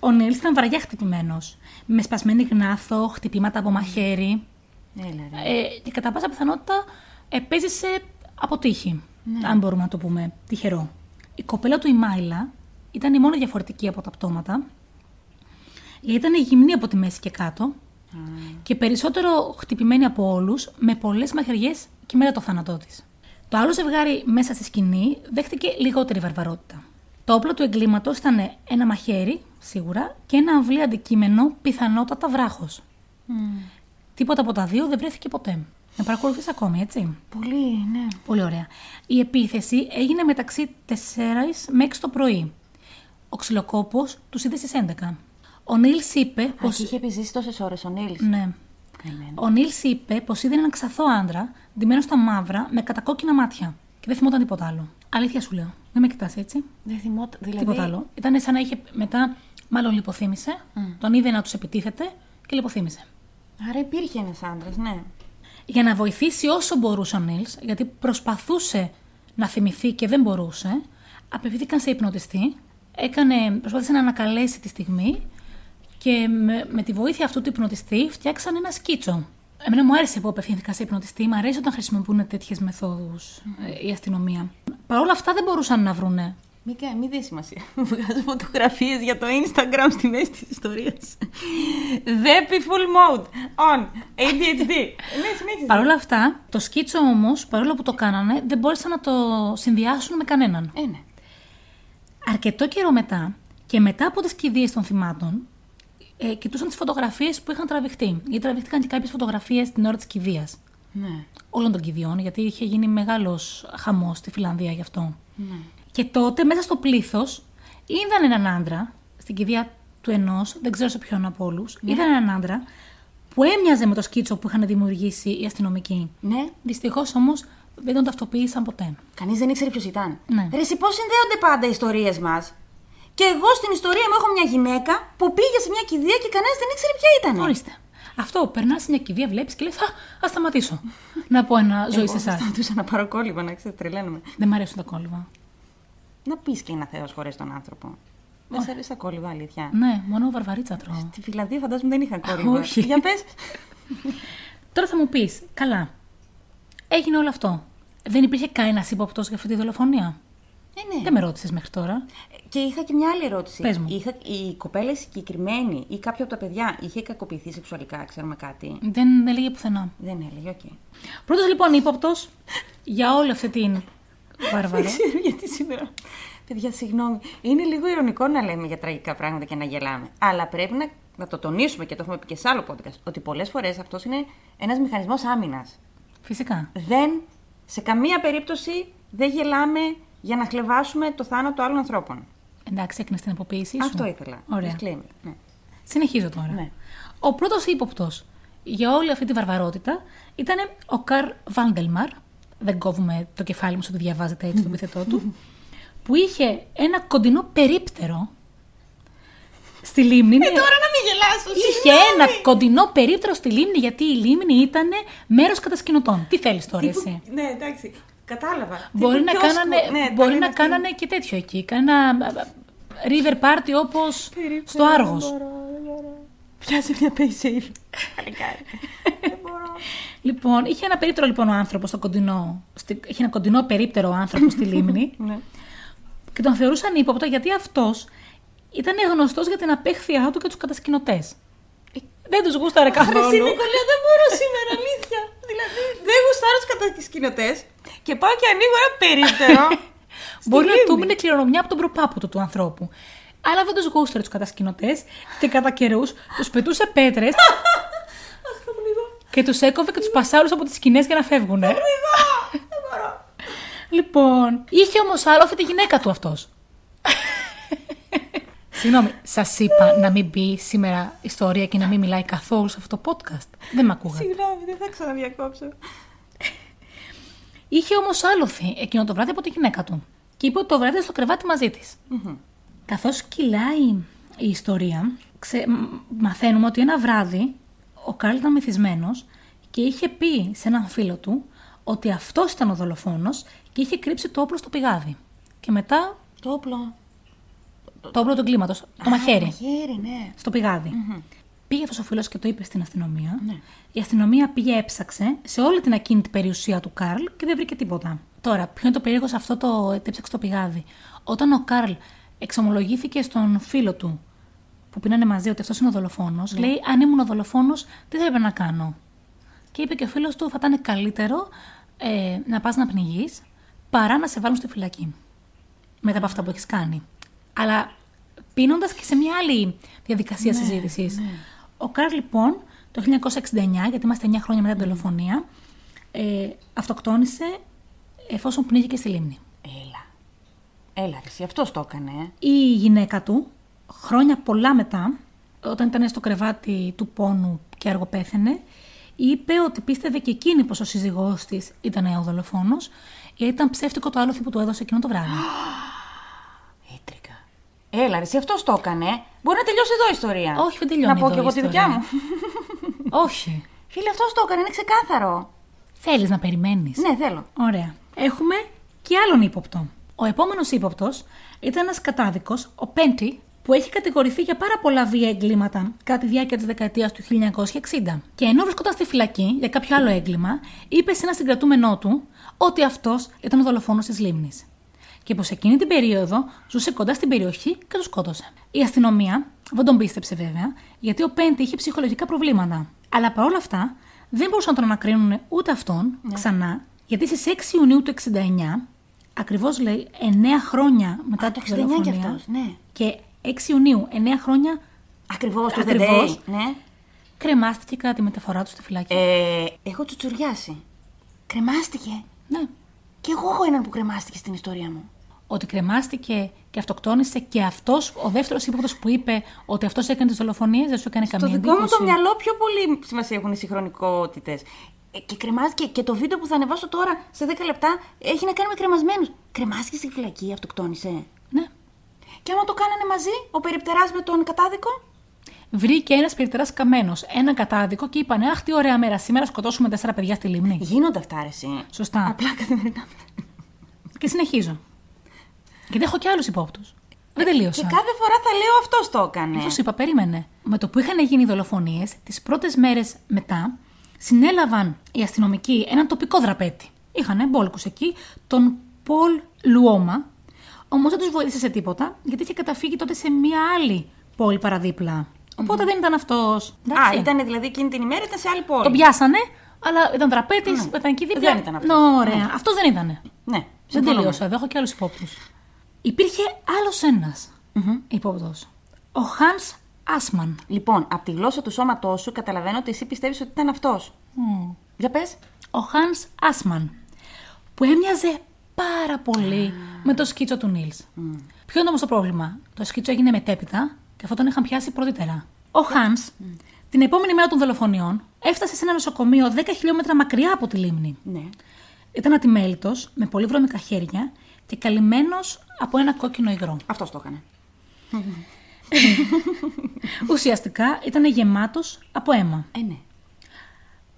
Speaker 2: Ο Νίλ ήταν βαριά χτυπημένος. Με σπασμένη γνάθο, χτυπήματα από μαχαίρι.
Speaker 1: Έλα, ρε.
Speaker 2: Ε, και κατά πάσα πιθανότητα ε, επέζησε από τύχη. Αν μπορούμε να το πούμε. Τυχερό. Η κοπέλα του η Μάιλα ήταν η μόνη διαφορετική από τα πτώματα. Γιατί ήταν γυμνή από τη μέση και κάτω. και περισσότερο χτυπημένη από όλους, με πολλές μαχαιριές και μετά το θάνατό της. Το άλλο ζευγάρι μέσα στη σκηνή δέχτηκε λιγότερη βαρβαρότητα. Το όπλο του εγκλήματος ήταν ένα μαχαίρι, σίγουρα, και ένα αμβλή αντικείμενο, πιθανότατα βράχος. Τίποτα από τα δύο δεν βρέθηκε ποτέ. Με παρακολουθείς ακόμη, έτσι.
Speaker 1: Πολύ, ναι.
Speaker 2: Πολύ ωραία. Η επίθεση έγινε μεταξύ 4 με 6 το πρωί. Ο ξυλοκόπος τους είδε στις 11. Ο Νίλ είπε πω.
Speaker 1: Πώ είχε επιζήσει τόσες ώρες ο Νίλ.
Speaker 2: Ναι. Ο Νίλ είπε πως είδε έναν ξαθό άντρα, ντυμένο στα μαύρα, με κατακόκκινα μάτια. Και δεν θυμόταν τίποτα άλλο. Αλήθεια σου λέω. Δεν με κοιτάς έτσι.
Speaker 1: Δεν θυμόταν. Δηλαδή.
Speaker 2: Τίποτα άλλο. Ήταν σαν να είχε μετά, μάλλον λιποθύμησε, τον είδε να τους επιτίθεται και λιποθύμησε.
Speaker 1: Άρα υπήρχε ένας άντρας, ναι.
Speaker 2: Για να βοηθήσει όσο μπορούσε ο Νίλ, γιατί προσπαθούσε να θυμηθεί και δεν μπορούσε, απευθύνθηκαν σε υπνοτιστή, έκανε, προσπάθησε να ανακαλέσει τη στιγμή και με, με τη βοήθεια αυτού του υπνοτιστή φτιάξαν ένα σκίτσο. Εμένα μου άρεσε που απευθύνθηκα σε υπνοτιστή, μου αρέσει όταν χρησιμοποιούν τέτοιες μεθόδους η αστυνομία. Παρ' όλα αυτά δεν μπορούσαν να βρούνε.
Speaker 1: Μην κα... μη δεις σημασία. Βγάζω φωτογραφίες για το Instagram στη μέση της ιστορίας. Δέπι full mode. On. ADHD. ναι, συνέχισε.
Speaker 2: Παρ' όλα αυτά, το σκίτσο όμως, παρόλο που το κάνανε, δεν μπόρεσαν να το συνδυάσουν με κανέναν.
Speaker 1: Ε, ναι.
Speaker 2: Αρκετό καιρό μετά και μετά από τις κηδείες των θυμάτων, ε, κοιτούσαν τις φωτογραφίες που είχαν τραβηχτεί. Γιατί τραβηχτήκαν και κάποιες φωτογραφίες την ώρα της κηδείας.
Speaker 1: Ναι.
Speaker 2: Όλων των κηδείων, γιατί είχε γίνει μεγάλος χαμός στη Φιλανδία γι' αυτό.
Speaker 1: ναι.
Speaker 2: Και τότε μέσα στο πλήθος είδαν έναν άντρα, στην κηδεία του ενός, δεν ξέρω σε ποιον από όλους, είδαν έναν άντρα που έμοιαζε με το σκίτσο που είχαν δημιουργήσει οι αστυνομικοί.
Speaker 1: Ναι.
Speaker 2: Δυστυχώς όμως δεν τον ταυτοποίησαν ποτέ.
Speaker 1: Κανείς δεν ήξερε ποιος ήταν.
Speaker 2: Ναι.
Speaker 1: Ρε, εσύ πώς συνδέονται πάντα οι ιστορίες μας. Και εγώ στην ιστορία μου έχω μια γυναίκα που πήγε σε μια κηδεία και κανένας δεν ήξερε ποια ήταν.
Speaker 2: Ορίστε. Αυτό, περνάς σε μια κηδεία, βλέπεις και λες: Α, ας σταματήσω. να πω ένα ζωή σε
Speaker 1: Εγώ
Speaker 2: εσάς.
Speaker 1: Σταματούσα να πάρω κόλλημα, να ξέρετε, τρελαίνομαι.
Speaker 2: Δεν μ' αρέσουν τα κόλληβα.
Speaker 1: Να πεις και ένα θεός χωρίς τον άνθρωπο. Δεν σε αρέσει τα κόλλημα, αλήθεια.
Speaker 2: Ναι, μόνο βαρβαρίτσα τρώω.
Speaker 1: Στη Φιλανδία φαντάζομαι δεν είχαν κόλλημα.
Speaker 2: Όχι.
Speaker 1: Για πες.
Speaker 2: Τώρα θα μου πεις: Καλά. Έγινε όλο αυτό. Δεν υπήρχε κανένας ύποπτος για αυτή τη δολοφονία.
Speaker 1: Ε, ναι.
Speaker 2: Δεν με ρώτησες μέχρι τώρα.
Speaker 1: Και είχα και μια άλλη ερώτηση.
Speaker 2: Πες μου.
Speaker 1: Είχα, η κοπέλα συγκεκριμένη ή κάποιο από τα παιδιά είχε κακοποιηθεί σεξουαλικά, ξέρουμε κάτι.
Speaker 2: Δεν έλεγε πουθενά.
Speaker 1: Δεν έλεγε, οκ.
Speaker 2: Πρώτος λοιπόν ύποπτος για όλη αυτή την
Speaker 1: Δεν
Speaker 2: βάρβαρα.
Speaker 1: ξέρω γιατί σήμερα. Παιδιά, συγγνώμη. Είναι λίγο ηρωνικό να λέμε για τραγικά πράγματα και να γελάμε. Αλλά πρέπει να, να το τονίσουμε και το έχουμε πει και σε άλλο podcast. Ότι πολλές φορές αυτός είναι ένας μηχανισμός άμυνας.
Speaker 2: Φυσικά.
Speaker 1: Δεν, σε καμία περίπτωση δεν γελάμε για να χλεβάσουμε το θάνατο άλλων ανθρώπων.
Speaker 2: Εντάξει, έκανες την αποποίησή σου.
Speaker 1: Αυτό ήθελα.
Speaker 2: Ωραία.
Speaker 1: Disclaimer, ναι.
Speaker 2: Συνεχίζω τώρα.
Speaker 1: Ναι.
Speaker 2: Ο πρώτος ύποπτος για όλη αυτή τη βαρβαρότητα ήταν ο Καρ Βάγκελμαρ. Δεν κόβουμε το κεφάλι μου στο ότι διαβάζετε έτσι το επιθετό του. που είχε ένα κοντινό περίπτερο στη λίμνη.
Speaker 1: Ε, τώρα να μην γελάσω.
Speaker 2: Είχε ένα κοντινό περίπτερο στη λίμνη γιατί η λίμνη ήταν μέρος κατασκηνωτών. Τι θέλεις τώρα εσύ.
Speaker 1: Ναι, εντάξει. Κατάλαβα.
Speaker 2: Μπορεί
Speaker 1: Τύπου
Speaker 2: να,
Speaker 1: κιόσκο.
Speaker 2: κάνανε,
Speaker 1: Ναι,
Speaker 2: μπορεί
Speaker 1: τα
Speaker 2: να
Speaker 1: λέμε
Speaker 2: κάνανε και τέτοιο εκεί. Κάνα ε, river party όπω
Speaker 1: στην- Περίπου,
Speaker 2: στο Άργος.
Speaker 1: δεν μπορώ, δεν μπορώ. Πιάσε μια pay safe. Παλικάρι. Δεν μπορώ.
Speaker 2: Λοιπόν, είχε ένα περίπτερο λοιπόν ο άνθρωπος στο κοντινό. στη- είχε ένα κοντινό περίπτερο ο άνθρωπο στη λίμνη
Speaker 1: Ναι.
Speaker 2: και τον θεωρούσαν ύποπτο γιατί αυτός ήταν γνωστός για την απέχθειά του και τους κατασκηνωτές.
Speaker 1: Ε,
Speaker 2: Δεν τους γούσταρε
Speaker 1: Εσύ
Speaker 2: καθόλου.
Speaker 1: Νικολέα, δεν μπορώ σήμερα, αλήθεια. Δηλαδή, δεν γουστάρω τους κατά τις σκηνωτές και πάω και ανοίγω ένα περίπτερο. Ναι, στη
Speaker 2: Μπορεί να
Speaker 1: λίμνη.
Speaker 2: του έμεινε κληρονομιά από τον προπάπου του του ανθρώπου. Αλλά δεν τους γούσταρε τους κατασκηνωτέ και κατά καιρούς τους πετούσε πέτρες
Speaker 1: Αχ, θα πνιγώ.
Speaker 2: και τους έκοβε και τους πασάρους από τις σκηνές για να φεύγουν.
Speaker 1: Πνιγώ. Δεν μπορώ.
Speaker 2: Λοιπόν, είχε όμως άλλο τη γυναίκα του αυτός. Συγγνώμη, σας είπα να μην μπει σήμερα ιστορία και να μην μιλάει καθόλου σε αυτό το podcast. Δεν με ακούγατε.
Speaker 1: Συγγνώμη, δεν θα ξαναδιακόψω.
Speaker 2: Είχε όμως άλοθη εκείνο το βράδυ από τη γυναίκα του. Και είπε ότι το βράδυ στο κρεβάτι μαζί της. Καθώς κυλάει η ιστορία, ξε... μ- μαθαίνουμε ότι ένα βράδυ ο Κάρλ ήταν μεθυσμένο και είχε πει σε έναν φίλο του ότι αυτός ήταν ο δολοφόνος και είχε κρύψει το όπλο στο πηγάδι. Και μετά
Speaker 1: Το όπλο.
Speaker 2: το όπλο του εγκλήματος, το μαχαίρι.
Speaker 1: Μαχαίρι, ναι.
Speaker 2: στο πηγαδι Πήγε αυτός ο φίλος και το είπε στην αστυνομία.
Speaker 1: Ναι.
Speaker 2: Η αστυνομία πήγε, έψαξε σε όλη την ακίνητη περιουσία του Καρλ και δεν βρήκε τίποτα. Τώρα, ποιο είναι το περίεργο σε αυτό το ότι έψαξε το πηγάδι. Όταν ο Καρλ εξομολογήθηκε στον φίλο του που πίνανε μαζί ότι αυτός είναι ο δολοφόνος, λέει: Αν ήμουν ο δολοφόνος, τι θα έπρεπε να κάνω. Και είπε και ο φίλος του: Θα ήταν καλύτερο ε, να πας να πνιγείς παρά να σε βάλουν στη φυλακή μετά από αυτά που έχεις κάνει. Αλλά πίνοντας και σε μια άλλη διαδικασία συζήτηση. Ο Καρλ, λοιπόν, το 1969, γιατί είμαστε 9 χρόνια μετά την δολοφονία, ε, αυτοκτόνησε εφόσον πνίγηκε στη λίμνη.
Speaker 1: Έλα. Έλα, ρε, εσύ αυτός το έκανε. ε.
Speaker 2: Η γυναίκα του, χρόνια πολλά μετά, όταν ήταν στο κρεβάτι του πόνου και αργό πέθαινε, είπε ότι πίστευε και εκείνη πως ο σύζυγός της ήταν ο δολοφόνος, γιατί ήταν ψεύτικο το άλοθη που του έδωσε εκείνο το βράδυ.
Speaker 1: Ήτρικα. Έλα, ρε, εσύ αυτός το έκανε. Μπορεί να τελειώσει εδώ η ιστορία.
Speaker 2: Όχι, δεν τελειώνει
Speaker 1: Να πω
Speaker 2: εδώ
Speaker 1: κι εγώ
Speaker 2: η
Speaker 1: τη
Speaker 2: ιστορία.
Speaker 1: δικιά μου.
Speaker 2: Όχι.
Speaker 1: Φίλε, αυτός το έκανε, είναι ξεκάθαρο.
Speaker 2: Θέλεις να περιμένεις.
Speaker 1: Ναι, θέλω.
Speaker 2: Ωραία. Έχουμε και άλλον ύποπτο. Ο επόμενος ύποπτος ήταν ένας κατάδικος, ο Πέντι, που έχει κατηγορηθεί για πάρα πολλά βία εγκλήματα κατά τη διάρκεια της δεκαετίας του 1960. Και ενώ βρισκόταν στη φυλακή για κάποιο άλλο έγκλημα, είπε σε ένα συγκρατούμενό του ότι αυτός ήταν ο δολοφόνος της λίμνης. Και πως εκείνη την περίοδο ζούσε κοντά στην περιοχή και του σκότωσε. Η αστυνομία δεν τον πίστεψε βέβαια, γιατί ο Πέντι είχε ψυχολογικά προβλήματα. Αλλά παρόλα αυτά δεν μπορούσαν να τον ανακρίνουν ούτε αυτόν
Speaker 1: Ναι.
Speaker 2: ξανά, γιατί στις 6 Ιουνίου του 69, ακριβώς λέει 9 χρόνια μετά
Speaker 1: Α,
Speaker 2: το
Speaker 1: το
Speaker 2: 69
Speaker 1: 69 κι αυτός, ναι.
Speaker 2: Και 6 Ιουνίου, 9 χρόνια,
Speaker 1: Ακριβώς το
Speaker 2: Ακριβώς.
Speaker 1: Ακριβώς. Ναι.
Speaker 2: κρεμάστηκε κατά τη μεταφορά του στη φυλακή.
Speaker 1: Ε, έχω τσουτσουριάσει. Κρεμάστηκε.
Speaker 2: Ναι.
Speaker 1: Και εγώ έχω έναν που κρεμάστηκε στην ιστορία μου.
Speaker 2: ότι κρεμάστηκε και αυτοκτόνησε και αυτός ο δεύτερος ύποπτος που είπε ότι αυτός έκανε τις δολοφονίες, δεν σου έκανε
Speaker 1: Το
Speaker 2: καμία
Speaker 1: δικό μου
Speaker 2: εντύπωση.
Speaker 1: το μυαλό πιο πολύ σημασία έχουν οι συγχρονικότητες. Και κρεμάστηκε και το βίντεο που θα ανεβάσω τώρα σε 10 λεπτά έχει να κάνει με κρεμασμένους. Κρεμάστηκε στη φυλακή, αυτοκτόνησε.
Speaker 2: Ναι.
Speaker 1: Και άμα το κάνανε μαζί, ο περιπτεράς με τον κατάδικο.
Speaker 2: Βρήκε ένας περιπτεράς καμένος, ένα κατάδικο και είπανε Αχ, τι ωραία μέρα σήμερα, σκοτώσουμε τέσσερα παιδιά στη λίμνη.
Speaker 1: Γίνονται αυτά, ρε, εσύ.
Speaker 2: Σωστά.
Speaker 1: Απλά καθημερινά.
Speaker 2: Και συνεχίζω. Γιατί έχω και άλλους υπόπτους. Δεν
Speaker 1: Ε, Και ναι.
Speaker 2: τελείωσα.
Speaker 1: κάθε φορά θα λέω αυτός το έκανε.
Speaker 2: Όπω είπα, περίμενε. Με το που είχαν γίνει οι δολοφονίες, τις πρώτες μέρες μετά, συνέλαβαν οι αστυνομικοί έναν τοπικό δραπέτη. Είχαν εμπόλικου εκεί, τον Πολ Λουόμα. Όμως δεν τους βοήθησε σε τίποτα, γιατί είχε καταφύγει τότε σε μία άλλη πόλη παραδίπλα. Οπότε δεν ήταν αυτός.
Speaker 1: Α, ήταν δηλαδή εκείνη την ημέρα, ήταν σε άλλη πόλη.
Speaker 2: Τον πιάσανε, αλλά ήταν δραπέτης, ήταν εκεί δίπλα.
Speaker 1: ναι. Δεν ήταν αυτός.
Speaker 2: Νο, Ωραία. Αυτός δεν ήταν.
Speaker 1: Ναι,
Speaker 2: Δεν
Speaker 1: συμφωνούμε.
Speaker 2: τελείωσα. Εδώ έχω και άλλους υπόπτους. Υπήρχε άλλος ένας υπόπτος. Ο Χάν Άσμαν.
Speaker 1: Λοιπόν, από τη γλώσσα του σώματός σου καταλαβαίνω ότι εσύ πιστεύεις ότι ήταν αυτός. Για πες.
Speaker 2: ο Hans Άσμαν, που έμοιαζε πάρα πολύ με το σκίτσο του Νίλς. Ποιο είναι όμως το πρόβλημα. Το σκίτσο έγινε μετέπειτα και αυτό τον είχαν πιάσει πρωτήτερα. Ο Hans, την επόμενη μέρα των δολοφονιών, έφτασε σε ένα νοσοκομείο 10 χιλιόμετρα μακριά από τη λίμνη.
Speaker 1: Ναι.
Speaker 2: Ήταν ατιμέλητος, με πολύ βρώμικα χέρια και καλυμμένος από ένα κόκκινο υγρό.
Speaker 1: Αυτός το έκανε.
Speaker 2: Ουσιαστικά ήταν γεμάτος από αίμα.
Speaker 1: Ε, ναι.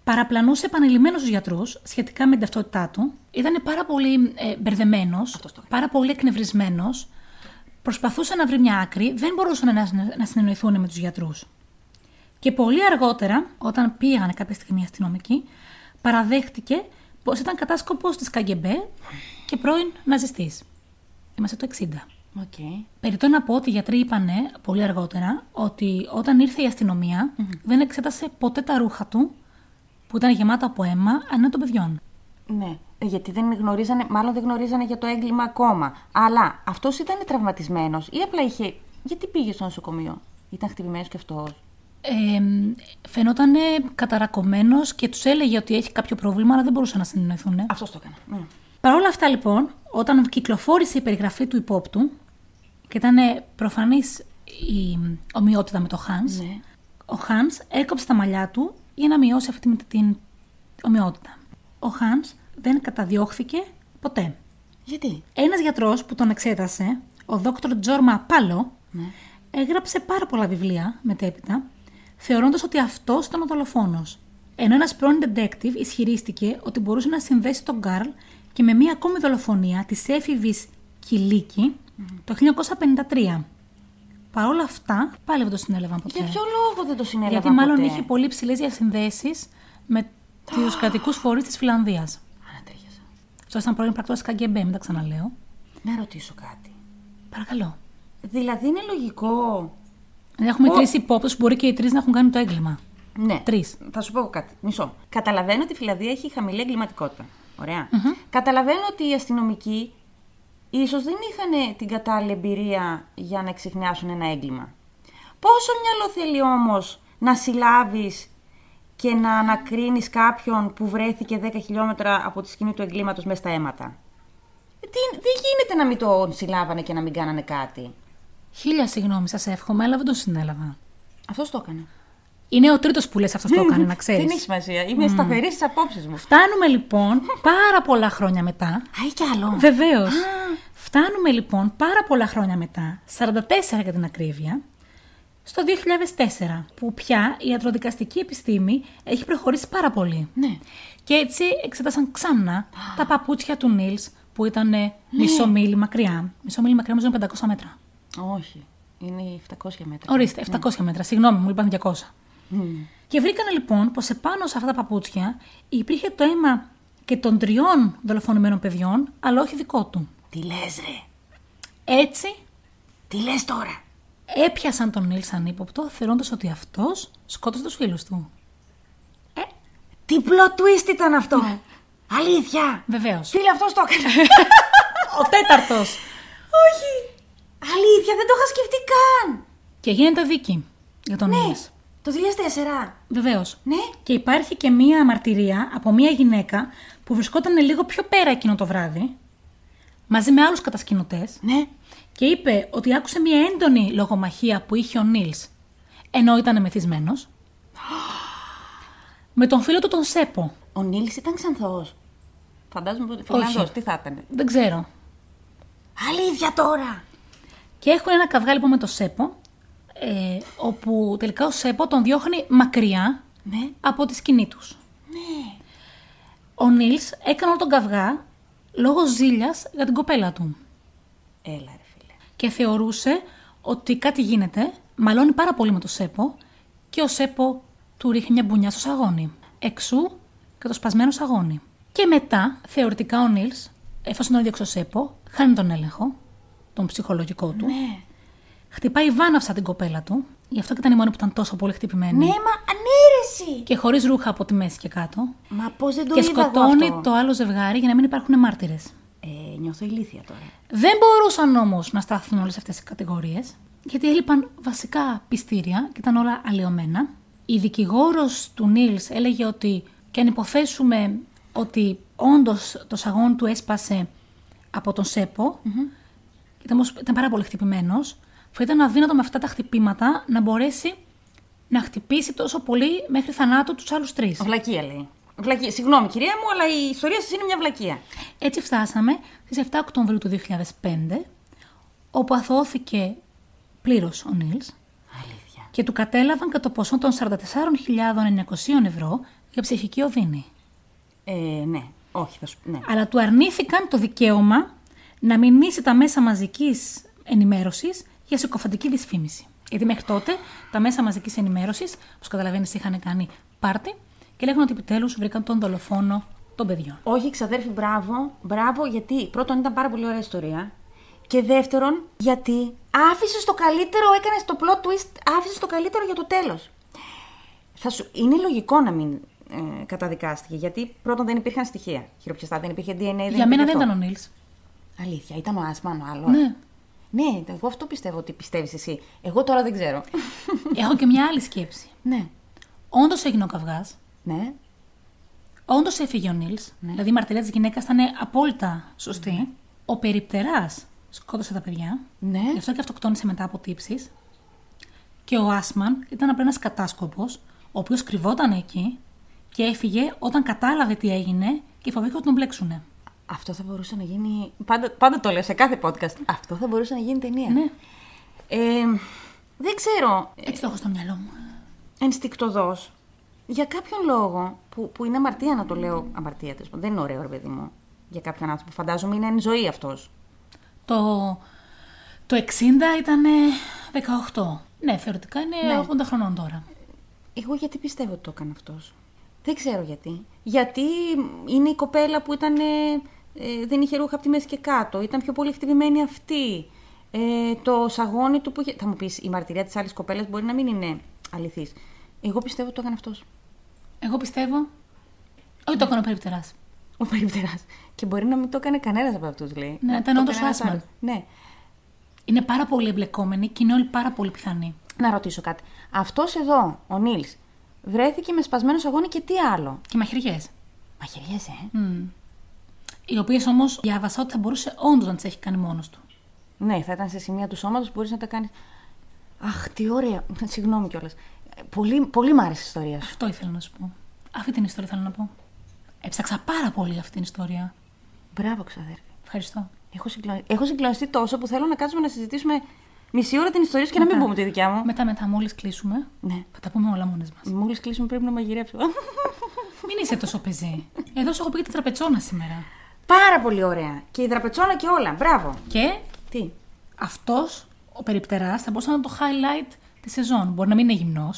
Speaker 2: Παραπλανούσε επανειλημμένος στου γιατρού σχετικά με την ταυτότητά του. Ήταν πάρα πολύ ε, μπερδεμένος,
Speaker 1: το έκανε.
Speaker 2: πάρα πολύ εκνευρισμένος. Προσπαθούσε να βρει μια άκρη, δεν μπορούσαν να, συν- να συνεννοηθούν με τους γιατρούς. Και πολύ αργότερα, όταν πήγαν κάποια στιγμή οι αστυνομικοί, παραδέχτηκε πως ήταν κατάσκοπος της Καγκεμπέ και πρώην ναζιστής. Είμαστε το 60.
Speaker 1: Οκ.
Speaker 2: Περιττό να πω ότι οι γιατροί είπανε πολύ αργότερα ότι όταν ήρθε η αστυνομια δεν εξέτασε ποτέ τα ρούχα του που ήταν γεμάτα από αίμα ανά των παιδιών.
Speaker 1: Ναι. Ε, Γιατί δεν γνωρίζανε, μάλλον δεν γνωρίζανε για το έγκλημα ακόμα. Αλλά αυτός ήταν τραυματισμένος ή απλά είχε. Γιατί πήγε στο νοσοκομείο, Ήταν χτυπημένος και αυτό.
Speaker 2: Ε, φαινόταν καταρακωμένος και τους έλεγε ότι έχει κάποιο πρόβλημα, αλλά δεν μπορούσαν να συνεννοηθούν.
Speaker 1: Αυτός το έκανε. Ναι.
Speaker 2: Παρ' όλα αυτά, λοιπόν, όταν κυκλοφόρησε η περιγραφή του υπόπτου και ήταν προφανής η ομοιότητα με το Hans,
Speaker 1: Ναι.
Speaker 2: ο Hans έκοψε τα μαλλιά του για να μειώσει αυτή την- την ομοιότητα. Ο Hans δεν καταδιώχθηκε ποτέ.
Speaker 1: Γιατί.
Speaker 2: Ένας γιατρός που τον εξέτασε, ο δόκτωρ Τζόρμα Πάλο,
Speaker 1: Ναι.
Speaker 2: έγραψε πάρα πολλά βιβλία μετέπειτα, θεωρώντας ότι αυτός ήταν ο δολοφόνος. Ενώ ένας πρώην detective ισχυρίστηκε ότι μπορούσε να συνδέσει τον Καρλ και με μία ακόμη δολοφονία της έφηβης Κιλίκη το 1953. Παρ' όλα αυτά, πάλι δεν το συνέλαβαν ποτέ.
Speaker 1: Για ποιο λόγο δεν το συνέλαβα.
Speaker 2: Γιατί μάλλον
Speaker 1: ποτέ.
Speaker 2: είχε πολύ ψηλές διασυνδέσεις με τους κρατικού φορείς της Φιλανδίας.
Speaker 1: Ανατρίχιασα.
Speaker 2: Αυτό ήταν πρώην πρακτό τη KGB, μην τα ξαναλέω.
Speaker 1: Να ρωτήσω κάτι.
Speaker 2: Παρακαλώ.
Speaker 1: Δηλαδή είναι λογικό.
Speaker 2: Δηλαδή έχουμε
Speaker 1: Ο-
Speaker 2: τρει υπόπτους που μπορεί και οι τρεις να έχουν κάνει το έγκλημα.
Speaker 1: Ναι.
Speaker 2: Τρεις.
Speaker 1: Θα σου πω κάτι. Μισό. Καταλαβαίνω ότι η Φιλανδία έχει χαμηλή εγκληματικότητα. Ωραία. Καταλαβαίνω ότι οι αστυνομικοί ίσως δεν είχαν ε, την κατάλληλη εμπειρία για να ξεχνιάσουν ένα έγκλημα. Πόσο μυαλό θέλει όμως να συλλάβεις και να ανακρίνεις κάποιον που βρέθηκε 10 χιλιόμετρα από τη σκηνή του εγκλήματος μέσα στα αίματα. Ε, Τι, δεν γίνεται να μην τον συλλάβανε και να μην κάνανε κάτι.
Speaker 2: Χίλια συγγνώμη, σας εύχομαι, αλλά δεν το συνέλαβα.
Speaker 1: Αυτός το έκανε.
Speaker 2: Είναι ο τρίτος που λες αυτό το έκανε, να ξέρει.
Speaker 1: Δεν έχει σημασία. Είμαι σταθερής στις απόψεις μου.
Speaker 2: Φτάνουμε λοιπόν πάρα πολλά χρόνια μετά.
Speaker 1: Α, ή κι άλλο.
Speaker 2: Βεβαίως. Φτάνουμε λοιπόν πάρα πολλά χρόνια μετά, 44 για την ακρίβεια, στο 2004, που πια η ιατροδικαστική επιστήμη έχει προχωρήσει πάρα πολύ.
Speaker 1: Ναι.
Speaker 2: Και έτσι εξέτασαν ξανά τα παπούτσια του Νίλς που ήταν
Speaker 1: Ναι.
Speaker 2: ε, μισό μίλι μακριά. Μισό μίλι μακριά, νομίζω είναι 500 μέτρα.
Speaker 1: Όχι. Είναι οι 700 μέτρα.
Speaker 2: Ορίστε, 700 μέτρα. Συγγνώμη, μου είπαν 200. Και βρήκανε λοιπόν πως επάνω σε αυτά τα παπούτσια υπήρχε το αίμα και των τριών δολοφονημένων παιδιών, αλλά όχι δικό του.
Speaker 1: Τι λες, ρε.
Speaker 2: Έτσι
Speaker 1: Τι λες τώρα.
Speaker 2: έπιασαν τον Νίλ σαν ύποπτο, θεωρώντας ότι αυτός σκότωσε τους φίλους του.
Speaker 1: Τι plot twist ήταν αυτό.
Speaker 2: Ναι.
Speaker 1: Αλήθεια.
Speaker 2: Βεβαίως.
Speaker 1: Φίλε, αυτός το έκανε.
Speaker 2: Ο τέταρτος.
Speaker 1: Όχι. Αλήθεια, δεν το είχα σκεφτεί καν.
Speaker 2: Και γίνεται δίκη για τον Νίλ.
Speaker 1: Ναι. Το 2004.
Speaker 2: Βεβαίως.
Speaker 1: Ναι.
Speaker 2: Και υπάρχει και μία μαρτυρία από μία γυναίκα που βρισκόταν λίγο πιο πέρα εκείνο το βράδυ, μαζί με άλλους κατασκηνωτές
Speaker 1: Ναι.
Speaker 2: και είπε ότι άκουσε μια έντονη λογομαχία που είχε ο Νίλ ενώ ήταν μεθυσμένος. με τον φίλο του τον Σέπο.
Speaker 1: Ο Νίλ ήταν ξανθός. Φαντάζομαι ότι Φιλανδό, τι θα ήταν.
Speaker 2: Δεν ξέρω.
Speaker 1: Αλήθεια τώρα!
Speaker 2: Και έχουν ένα καυγά λοιπόν με τον Σέπο, ε, όπου τελικά ο Σέπο τον διώχνει μακριά
Speaker 1: Ναι.
Speaker 2: από τη σκηνή τους.
Speaker 1: Ναι.
Speaker 2: Ο Νίλ έκανε όλο τον καυγά λόγω ζήλιας για την κοπέλα του.
Speaker 1: Έλα, ρε φίλε.
Speaker 2: Και θεωρούσε ότι κάτι γίνεται, μαλώνει πάρα πολύ με το Σέπο και ο Σέπο του ρίχνει μια μπουνιά στο σαγόνι. Εξού και το σπασμένο σαγόνι. Και μετά, θεωρητικά ο Νίλ, εφόσον τον έδιωξε ο Σέπο, χάνει τον έλεγχο, τον ψυχολογικό του.
Speaker 1: Ναι.
Speaker 2: Χτυπάει βάναυσα την κοπέλα του, γι' αυτό και ήταν η μόνη που ήταν τόσο πολύ χτυπημένη.
Speaker 1: Ναι, μα ανέρεση!
Speaker 2: Και χωρίς ρούχα από τη μέση και κάτω.
Speaker 1: Μα πώς δεν το
Speaker 2: και
Speaker 1: είδα εγώ
Speaker 2: σκοτώνει
Speaker 1: αυτό.
Speaker 2: το άλλο ζευγάρι για να μην υπάρχουν μάρτυρες.
Speaker 1: Ε, νιώθω ηλίθια τώρα.
Speaker 2: Δεν μπορούσαν όμως να σταθούν όλες αυτές οι κατηγορίες, γιατί έλειπαν βασικά πιστήρια και ήταν όλα αλλοιωμένα. Η δικηγόρος του Νίλ έλεγε ότι, και αν υποθέσουμε ότι όντως το σαγόν του έσπασε από τον σεπο ήταν, όμως- ήταν πάρα πολύ χτυπημένος, θα ήταν αδύνατο με αυτά τα χτυπήματα να μπορέσει να χτυπήσει τόσο πολύ μέχρι θανάτου τους άλλους τρεις.
Speaker 1: Βλακία λέει. Βλακία. Συγγνώμη, κυρία μου, αλλά η ιστορία σας είναι μια βλακία.
Speaker 2: Έτσι φτάσαμε στις 7 Οκτωβρίου του 2005, όπου αθώθηκε πλήρως ο Νίλς
Speaker 1: Αλήθεια.
Speaker 2: και του κατέλαβαν κατά το ποσό των 44.900 ευρώ για ψυχική οδύνη.
Speaker 1: Ε, ναι. Όχι, θα σου ναι.
Speaker 2: Αλλά του αρνήθηκαν το δικαίωμα να μηνύσει τα μέσα μαζικής ενημέρωσης για συκοφαντική δυσφήμιση. Γιατί μέχρι τότε τα μέσα μαζικής ενημέρωσης, όπως καταλαβαίνεις, είχαν κάνει πάρτι και λέγανε ότι επιτέλους βρήκαν τον δολοφόνο των παιδιών.
Speaker 1: Όχι, ξαδέρφη, μπράβο. Μπράβο, γιατί πρώτον ήταν πάρα πολύ ωραία ιστορία. Και δεύτερον, γιατί άφησες το καλύτερο, έκανες το plot twist, άφησες το καλύτερο για το τέλος. Θα σου... Είναι λογικό να μην ε, καταδικάστηκε, γιατί πρώτον δεν υπήρχαν στοιχεία. Χειροπιαστά δεν υπήρχε DNA. δεν
Speaker 2: για
Speaker 1: υπήρχε
Speaker 2: μένα δεν
Speaker 1: αυτό.
Speaker 2: ήταν ο Νίλς.
Speaker 1: Αλήθεια, ήταν ο Άσμαν, ο άλλος.
Speaker 2: Ναι.
Speaker 1: Ναι, εγώ αυτό πιστεύω ότι πιστεύεις εσύ. Εγώ τώρα δεν ξέρω.
Speaker 2: Έχω και μια άλλη σκέψη.
Speaker 1: ναι.
Speaker 2: Όντως έγινε ο καυγάς.
Speaker 1: Ναι.
Speaker 2: Όντως έφυγε ο Νίλ. Δηλαδή η μαρτυρία της γυναίκας ήταν απόλυτα σωστή. Ο περιπτεράς σκότωσε τα παιδιά.
Speaker 1: Ναι.
Speaker 2: Γι' αυτό και αυτοκτόνησε μετά από τύψεις. Και ο Άσμαν ήταν απλά ένας κατάσκοπος, ο οποίος κρυβόταν εκεί και έφυγε όταν κατάλαβε τι έγινε και φοβήθηκε ότι τον μπλέξουνε.
Speaker 1: Αυτό θα μπορούσε να γίνει. Πάντα, πάντα το λέω σε κάθε podcast. Αυτό θα μπορούσε να γίνει ταινία.
Speaker 2: Ναι.
Speaker 1: Ε, δεν ξέρω.
Speaker 2: Έτσι το έχω στο μυαλό μου.
Speaker 1: ενστικτοδός. Για κάποιον λόγο που, που είναι αμαρτία να το λέω. Αμαρτία τέλος πάντων. Δεν είναι ωραίο, ρε παιδί μου. Για κάποιον άνθρωπο. Φαντάζομαι είναι εν ζωή αυτός.
Speaker 2: Το, το 60 ήταν 18. Ναι, θεωρητικά είναι
Speaker 1: Ναι.
Speaker 2: 80 χρονών τώρα.
Speaker 1: Εγώ γιατί πιστεύω ότι το έκανε αυτός. Δεν ξέρω γιατί. Γιατί είναι η κοπέλα που ήταν. ε, ε, δεν είχε ρούχα από τη μέση και κάτω. Ήταν πιο πολύ χτυπημένη αυτή. Ε, το σαγόνι του που είχε. Θα μου πεις, η μαρτυρία της άλλης κοπέλας μπορεί να μην είναι αληθής. Εγώ πιστεύω ότι το έκανε αυτός.
Speaker 2: Εγώ πιστεύω. Όχι, το έκανε ο περιπτεράς.
Speaker 1: Ο περιπτεράς. Και μπορεί να μην το έκανε κανένας από αυτούς, λέει.
Speaker 2: Ναι,
Speaker 1: Να
Speaker 2: ήταν
Speaker 1: το
Speaker 2: όντως
Speaker 1: έκανε ένας
Speaker 2: άσμαλ.
Speaker 1: άλλος. Ναι.
Speaker 2: Είναι πάρα πολύ εμπλεκόμενοι και είναι όλοι πάρα πολύ πιθανοί.
Speaker 1: Να ρωτήσω κάτι. Αυτός εδώ, ο Νίλ, βρέθηκε με σπασμένο σαγόνι και τι άλλο.
Speaker 2: Και μαχαιριές.
Speaker 1: Μαχαιριές, ε.
Speaker 2: Οι οποίες όμως διάβασα ότι θα μπορούσε όντως να τις έχει κάνει μόνος του.
Speaker 1: Ναι, θα ήταν σε σημεία του σώματος που μπορείς να τα κάνεις. Αχ, τι ωραία. Συγγνώμη κιόλας. Πολύ, πολύ μ' άρεσε η ιστορία σου.
Speaker 2: Αυτό ήθελα να σου πω. Αυτή την ιστορία θέλω να πω. Έψαξα πάρα πολύ για αυτή την ιστορία.
Speaker 1: Μπράβο, ξαδέρφη.
Speaker 2: Ευχαριστώ.
Speaker 1: Έχω, συγκλω... Έχω συγκλονιστεί τόσο που θέλω να κάτσουμε να συζητήσουμε μισή ώρα την ιστορία σου και να μην
Speaker 2: Μετά.
Speaker 1: πούμε τη δικιά μου.
Speaker 2: Μετά, μετά, μόλις κλείσουμε,
Speaker 1: Ναι.
Speaker 2: θα τα πούμε όλα μόνες μας.
Speaker 1: Μόλις κλείσουμε πρέπει να μαγειρέψω.
Speaker 2: Μην είσαι τόσο πεζή. Εδώ σου έχω πει και την τραπετσόνα σήμερα.
Speaker 1: Πάρα πολύ ωραία. Και η δραπετσόνα και όλα. Μπράβο.
Speaker 2: Και
Speaker 1: Τι.
Speaker 2: αυτός ο περιπτεράς θα μπορούσε να είναι το highlight της σεζόν. Μπορεί να μην είναι γυμνός,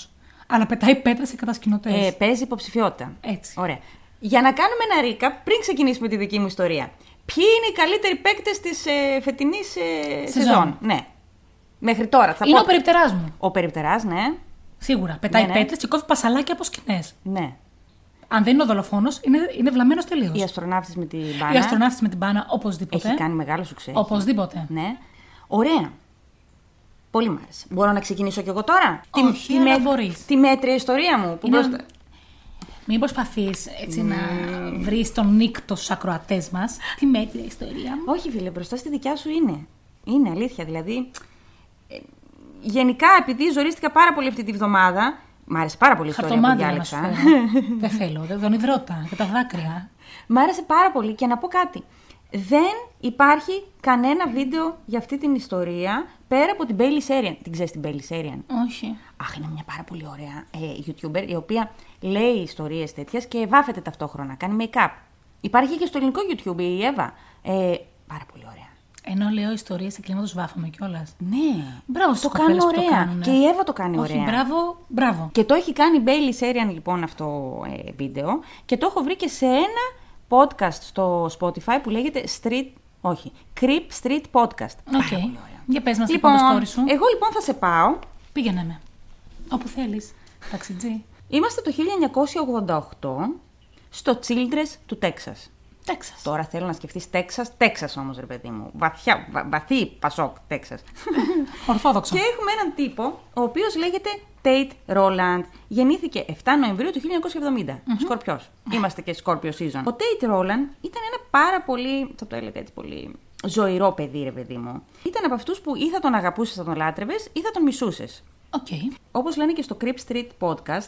Speaker 2: αλλά πετάει πέτρες σε κατασκηνωτές.
Speaker 1: Ε, παίζει υποψηφιότητα.
Speaker 2: Έτσι.
Speaker 1: Ωραία. Για να κάνουμε ένα ρίκα, πριν ξεκινήσουμε τη δική μου ιστορία. Ποιοι είναι οι καλύτεροι παίκτες της ε, φετινής ε,
Speaker 2: Σεζόν.
Speaker 1: σεζόν. Ναι. Μέχρι τώρα. Θα
Speaker 2: είναι
Speaker 1: πω...
Speaker 2: ο περιπτεράς μου.
Speaker 1: Ο περιπτεράς, ναι.
Speaker 2: Σίγουρα. Πετάει
Speaker 1: Ναι, ναι.
Speaker 2: πέτρες και κόβει πασαλάκια από σκηνές.
Speaker 1: ναι.
Speaker 2: Αν δεν είναι ο δολοφόνος, είναι, είναι βλαμμένος τελείως.
Speaker 1: Οι αστροναύτες με την μπάνα.
Speaker 2: Η αστροναύτη με την μπάνα, οπωσδήποτε.
Speaker 1: Έχει κάνει μεγάλο σουξέ.
Speaker 2: Οπωσδήποτε.
Speaker 1: Ναι. Ωραία. Πολύ μ' άρεσε. Μπορώ να ξεκινήσω κι εγώ τώρα.
Speaker 2: Όχι, αλλά μπορείς.
Speaker 1: τη μέτρια ιστορία μου. Που
Speaker 2: Είναι-
Speaker 1: μπροστά-
Speaker 2: Μην προσπαθείς έτσι να
Speaker 1: Ναι.
Speaker 2: βρεις τον νύκτο στου ακροατές μας. Τι μέτρια ιστορία μου.
Speaker 1: Όχι, φίλε, μπροστά στη δικιά σου είναι. Είναι αλήθεια. Δηλαδή, ε, γενικά επειδή ζωρίστηκα πάρα πολύ αυτή τη βδομάδα. Μ' άρεσε πάρα πολύ η ιστορία που
Speaker 2: Χαρτομάτια να σου
Speaker 1: διάλεξα.
Speaker 2: φέρω. Δεν θέλω. Δεν τον υδρότα και τα δάκρυα.
Speaker 1: Μ' άρεσε πάρα πολύ και να πω κάτι. Δεν υπάρχει κανένα βίντεο για αυτή την ιστορία πέρα από την Bailey Serian. Την ξέρεις την Bailey Serian.
Speaker 2: Όχι.
Speaker 1: Αχ, είναι μια πάρα πολύ ωραία ε, YouTuber η οποία λέει ιστορίες τέτοιες και βάφεται ταυτόχρονα. Κάνει make-up. Υπάρχει και στο ελληνικό YouTube η Εύα. Ε, πάρα πολύ ωραία.
Speaker 2: Ενώ λέω ιστορίες εκκλήματο βάφομαι κιόλας.
Speaker 1: Ναι.
Speaker 2: Μπράβο
Speaker 1: το ναι.
Speaker 2: στις
Speaker 1: κάνει
Speaker 2: κοπέλες που το
Speaker 1: ωραία.
Speaker 2: κάνουνε.
Speaker 1: και η Εύα το κάνει
Speaker 2: Όχι,
Speaker 1: ωραία.
Speaker 2: μπράβο, μπράβο.
Speaker 1: Και το έχει κάνει Bailey Serian λοιπόν αυτό ε, βίντεο και το έχω βρει και σε ένα podcast στο Spotify που λέγεται Street, όχι, Creep Street Podcast.
Speaker 2: Οκ.
Speaker 1: Πάρα πολύ ωραία.
Speaker 2: Για πες μας λοιπόν,
Speaker 1: Λοιπόν,
Speaker 2: το story σου.
Speaker 1: εγώ λοιπόν θα σε πάω.
Speaker 2: Πήγαινε με. Όπου θέλεις. Ταξιτζή.
Speaker 1: Είμαστε το 1988 στο Childress του Τέξας.
Speaker 2: Τέξα.
Speaker 1: Τώρα θέλω να σκεφτείς Τέξας, Τέξας όμως ρε παιδί μου. Βαθιά, βα- βαθύ Πασόκ Τέξας.
Speaker 2: Ορθόδοξο.
Speaker 1: Και έχουμε έναν τύπο, ο οποίος λέγεται Tate Roland. Γεννήθηκε 7 Νοεμβρίου του 1970. Σκορπιός. Είμαστε και Σκόρπιο season. Ο Tate Roland ήταν ένα πάρα πολύ, θα το έλεγα έτσι πολύ, ζωηρό παιδί, ρε παιδί μου. Ήταν από αυτούς που ή θα τον αγαπούσες, θα τον λάτρευες ή θα τον μισούσες.
Speaker 2: Οκ.
Speaker 1: Όπως λένε και στο Creep Street Podcast,